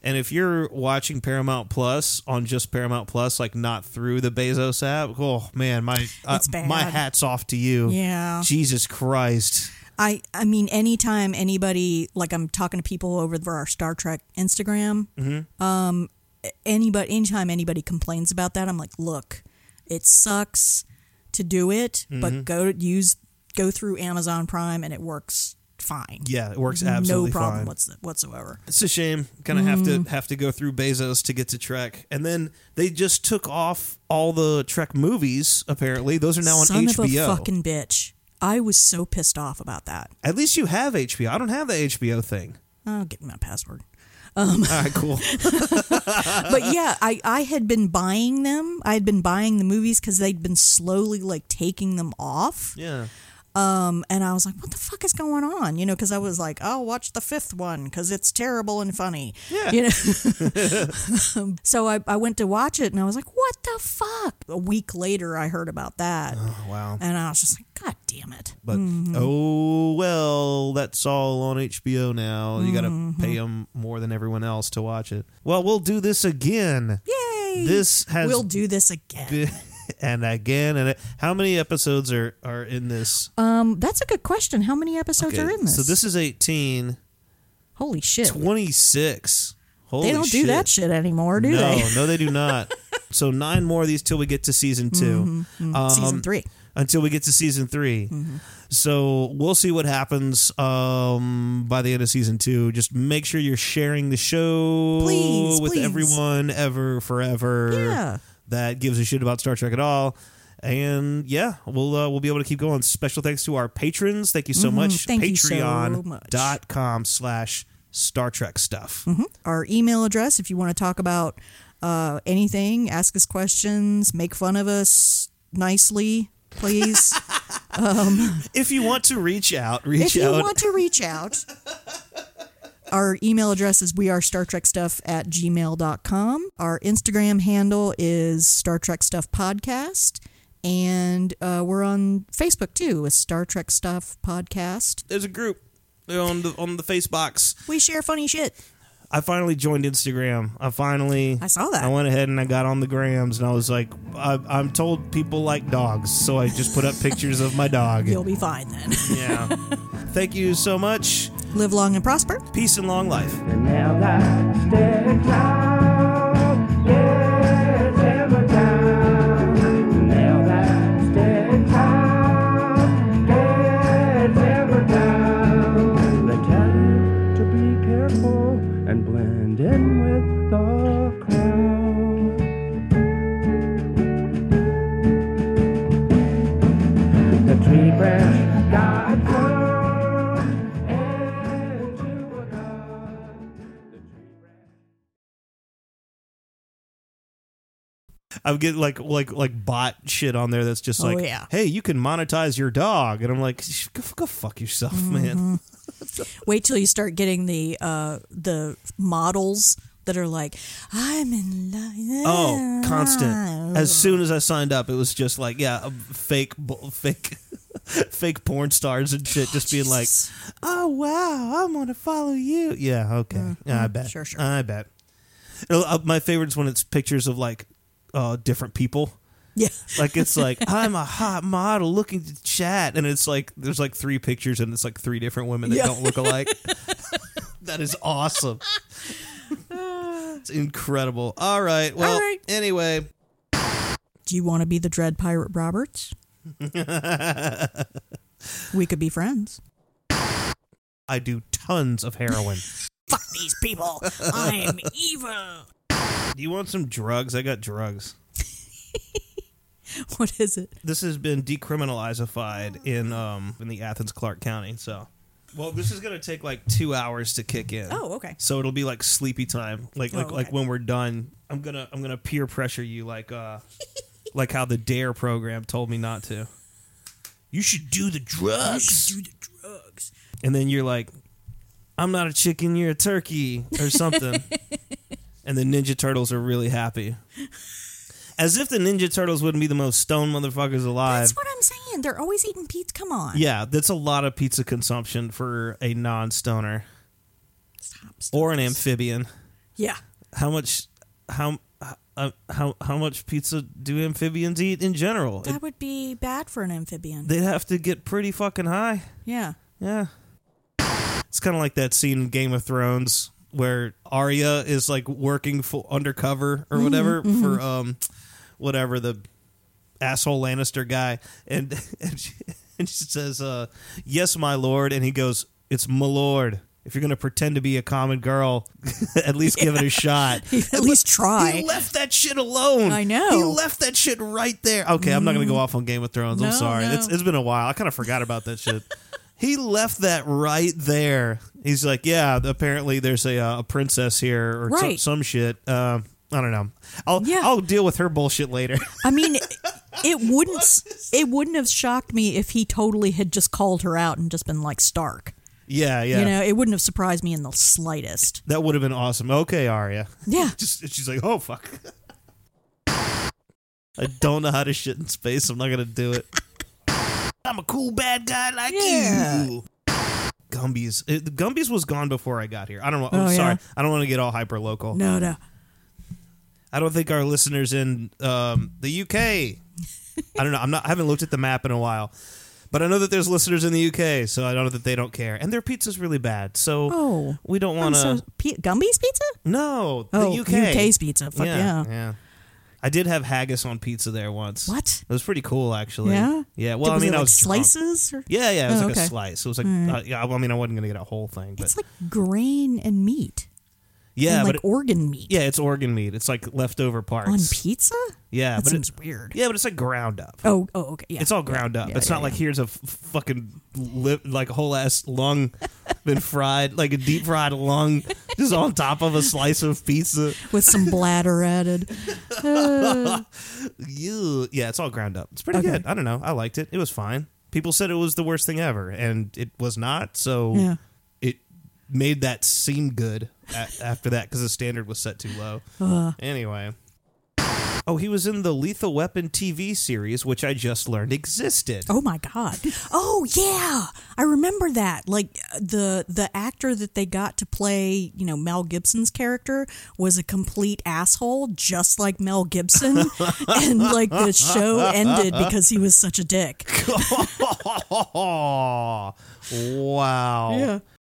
Speaker 1: And if you're watching Paramount Plus on just Paramount Plus, like not through the Bezos app, oh man, my uh,
Speaker 2: It's bad.
Speaker 1: my hats off to you.
Speaker 2: Yeah.
Speaker 1: Jesus Christ.
Speaker 2: I I mean, anytime anybody like I'm talking to people over our Star Trek Instagram,
Speaker 1: Mhm.
Speaker 2: um, anybody anytime anybody complains about that, I'm like, look, it sucks to do it,
Speaker 1: Mhm.
Speaker 2: but go use go through Amazon Prime and it works fine.
Speaker 1: Yeah, it works absolutely
Speaker 2: no problem Mm-hmm.
Speaker 1: fine.
Speaker 2: whatso- whatsoever.
Speaker 1: It's a shame. Kind of have to have to go through Bezos to get to Trek, and then they just took off all the Trek movies. Apparently, those are now on
Speaker 2: Son
Speaker 1: HBO.
Speaker 2: of a fucking bitch! I was so pissed off about that.
Speaker 1: At least you have HBO. I don't have the HBO thing.
Speaker 2: I'll get my password. Um,
Speaker 1: All right, cool.
Speaker 2: but yeah, I, I had been buying them. I had been buying the movies because they'd been slowly like taking them off.
Speaker 1: Yeah.
Speaker 2: Um, and I was like, what the fuck is going on? You know, because I was like, oh, watch the fifth one because it's terrible and funny.
Speaker 1: Yeah.
Speaker 2: You know? so I, I went to watch it and I was like, what the fuck? A week later, I heard about that.
Speaker 1: Oh, wow.
Speaker 2: And I was just like, God damn it.
Speaker 1: But
Speaker 2: Mhm.
Speaker 1: oh well, that's all on HBO now. You got to
Speaker 2: Mhm.
Speaker 1: pay them more than everyone else to watch it. Well, we'll do this again.
Speaker 2: Yay!
Speaker 1: This has
Speaker 2: We'll do this again.
Speaker 1: been- and again and how many episodes are are in this?
Speaker 2: Um, that's a good question. How many episodes
Speaker 1: Okay,
Speaker 2: are Oh, in this?
Speaker 1: So this is 18.
Speaker 2: Holy shit.
Speaker 1: 26. Holy
Speaker 2: they don't do
Speaker 1: shit.
Speaker 2: that shit anymore, do
Speaker 1: no, um,
Speaker 2: they?
Speaker 1: no, they do not. so nine more of these till we get to season Um, 2
Speaker 2: Mhm, mhm. Season three.
Speaker 1: Until we get to season 3
Speaker 2: Mm-hmm.
Speaker 1: So we'll see what happens um, by the end of season two. Just make sure you're sharing the show
Speaker 6: Please,
Speaker 1: with
Speaker 6: please.
Speaker 1: everyone ever, forever.
Speaker 6: Yeah.
Speaker 1: That gives a shit about Star Trek at all. And yeah, we'll uh, we'll be able to keep going. Special thanks to our patrons. Thank you so
Speaker 2: Mhm.
Speaker 1: much.
Speaker 2: Thank you so much.
Speaker 1: Patreon.com slash Star Trek stuff.
Speaker 2: Mhm. Our email address, if you want to talk about uh, anything, ask us questions, make fun of us nicely, please. um,
Speaker 1: If you want to reach out, reach
Speaker 2: if you
Speaker 1: out.
Speaker 2: want to reach out, our email address is we are Star Trek stuff at gmail.com. Our Instagram handle is Star Trek Stuff Podcast. And uh, we're on Facebook too with Star Trek Stuff Podcast.
Speaker 1: There's a group They're on the on the face box.
Speaker 2: We share funny shit.
Speaker 1: I finally joined Instagram. I finally
Speaker 2: I saw that.
Speaker 1: I went ahead and I got on the grams and I was like, I, I'm told people like dogs, so I just put up pictures of my dog.
Speaker 2: You'll be fine then.
Speaker 1: yeah. Thank you so much.
Speaker 2: Live long and prosper.
Speaker 1: Peace and long life.
Speaker 8: Now that stair clown, yeah, hammer down. Now that stair clown, yeah, hammer down. They tend to be careful and blend in with the crowd. The tree branch got curved into a god.
Speaker 1: I'm getting like like like bot shit on there that's just
Speaker 2: Oh,
Speaker 1: like,
Speaker 2: yeah.
Speaker 1: hey, you can monetize your dog, and I'm like, go, go fuck yourself, man.
Speaker 2: Mm-hmm. Wait till you start getting the uh, the models that are like, I'm in love.
Speaker 1: Oh, constant. As soon as I signed up, it was just like, yeah, um, fake, bu- fake, fake porn stars and shit, just being like, Oh wow, I'm gonna follow you. yeah, okay, yeah, I bet,
Speaker 6: Mm-hmm. Sure, sure.
Speaker 1: I bet. You know, uh, my favorite is when it's pictures of like uh, different people.
Speaker 2: Yeah,
Speaker 1: like it's like I'm a hot model looking to chat, and it's like there's like three pictures, and it's like three different women that
Speaker 6: Yeah.
Speaker 1: don't look alike. that is awesome. it's incredible. All right. Well, anyway.
Speaker 2: Do you want to be the Dread Pirate Roberts? we could be friends.
Speaker 1: I do tons of heroin.
Speaker 2: Fuck these people. I'm evil.
Speaker 1: do you want some drugs? I got drugs.
Speaker 2: What is it?
Speaker 1: This has been decriminalizified in um in the Athens Clark County. So, well, this is gonna take like two hours to kick in.
Speaker 2: Oh, okay.
Speaker 1: So it'll be like sleepy time. Like
Speaker 2: Oh,
Speaker 1: like like
Speaker 2: okay.
Speaker 1: when we're done, I'm gonna I'm gonna peer pressure you like uh like how the Dare program told me not to. You should do the drugs.
Speaker 2: do the drugs.
Speaker 1: and then you're like, "I'm not a chicken, you're a turkey," or something. and the Ninja Turtles are really happy, as if the Ninja Turtles wouldn't be the most stoned motherfuckers alive.
Speaker 2: That's what I'm saying. They're always eating pizza. Come on.
Speaker 1: yeah, that's a lot of pizza consumption for a non-stoner or an amphibian.
Speaker 2: Yeah.
Speaker 1: How much? How? Uh, how how much pizza do amphibians eat in general?
Speaker 2: That
Speaker 1: It-
Speaker 2: would be bad for an amphibian.
Speaker 1: they'd have to get pretty fucking high.
Speaker 2: yeah.
Speaker 1: Yeah. It's kind of like that scene in Game of Thrones where Arya is like working for undercover or whatever
Speaker 6: Mhm, mhm.
Speaker 1: for um whatever the asshole Lannister guy and and she, and she says uh yes my lord and he goes it's my lord if you're going to pretend to be a common girl at least give it a shot
Speaker 2: At least try.
Speaker 1: he left that shit alone
Speaker 6: I
Speaker 1: know he left that shit right there okay I'm not going to go off on Game of Thrones I'm
Speaker 6: No,
Speaker 1: sorry
Speaker 6: no.
Speaker 1: it's it's been a while I kind of forgot about that shit he left that right there. He's like, yeah, apparently there's a, uh, a princess here or
Speaker 2: Right.
Speaker 1: some, some shit. Um, I don't know. I'll I'll deal with her bullshit later.
Speaker 2: I mean, it, it wouldn't. it wouldn't have shocked me if he totally had just called her out and just been like Stark.
Speaker 1: Yeah, yeah.
Speaker 2: You know, it wouldn't have surprised me in the slightest.
Speaker 1: that would have been awesome. Okay, Arya.
Speaker 2: Yeah.
Speaker 1: Just and she's like, oh fuck. I don't know how to shit in space. I'm not gonna do it.
Speaker 6: I'm a cool bad guy like you.
Speaker 1: Ew. Gumby's. It, Gumby's Uh, was gone before I got here. I don't know.
Speaker 6: Oh,
Speaker 1: I'm
Speaker 6: yeah.
Speaker 1: sorry. I don't want to get all hyper local.
Speaker 2: No, no.
Speaker 1: I don't think our listeners in um, the UK. I don't know. I'm not. I haven't looked at the map in a while, but I know that there's listeners in the UK, so I know that they don't care, and their pizza's really bad. So
Speaker 2: Oh,
Speaker 1: we don't
Speaker 2: I'm
Speaker 1: want to.
Speaker 2: so- P- Gumby's pizza?
Speaker 1: No, the
Speaker 2: Oh,
Speaker 1: UK.
Speaker 2: UK's pizza. Fuck yeah.
Speaker 1: I did have haggis on pizza there once.
Speaker 2: What?
Speaker 1: It was pretty cool, actually.
Speaker 2: Yeah?
Speaker 1: Yeah. Well,
Speaker 2: Was
Speaker 1: I mean,
Speaker 2: it
Speaker 1: I
Speaker 2: like
Speaker 1: was drunk.
Speaker 2: slices or-
Speaker 1: Yeah, yeah. It was
Speaker 2: Oh,
Speaker 1: like
Speaker 2: okay.
Speaker 1: a slice. It was like,
Speaker 2: All
Speaker 1: uh,
Speaker 2: right.
Speaker 1: yeah, I mean, I wasn't gonna get a whole thing, but
Speaker 2: It's like grain and meat.
Speaker 1: yeah,
Speaker 2: and
Speaker 1: but
Speaker 2: like organ meat.
Speaker 1: Yeah, it's organ meat. It's like leftover parts
Speaker 2: On pizza?
Speaker 1: Yeah,
Speaker 2: That
Speaker 1: but
Speaker 2: seems
Speaker 1: it,
Speaker 2: weird.
Speaker 1: Yeah, but it's like ground up.
Speaker 2: Oh, oh, okay. Yeah.
Speaker 1: it's all ground up.
Speaker 2: yeah,
Speaker 1: it's
Speaker 2: yeah,
Speaker 1: not like here's a f- fucking lip, like whole ass lung been fried, like a deep fried lung, just on top of a slice of pizza.
Speaker 2: With some bladder added. Uh,
Speaker 1: Ew. yeah, it's all ground up. It's pretty
Speaker 2: Okay.
Speaker 1: good. I don't know. I liked it. It was fine. People said it was the worst thing ever, and it was not. So
Speaker 2: Yeah.
Speaker 1: it made that seem good a- after that because the standard was set too low.
Speaker 6: Ugh.
Speaker 1: Anyway. Oh, he was in the Lethal Weapon TV series, which I just learned existed.
Speaker 2: oh my god. Oh yeah, I remember that. Like the the actor that they got to play, you know, Mel Gibson's character was a complete asshole, just like Mel Gibson, and like the show ended because he was such a dick.
Speaker 1: Oh, wow.
Speaker 2: Yeah.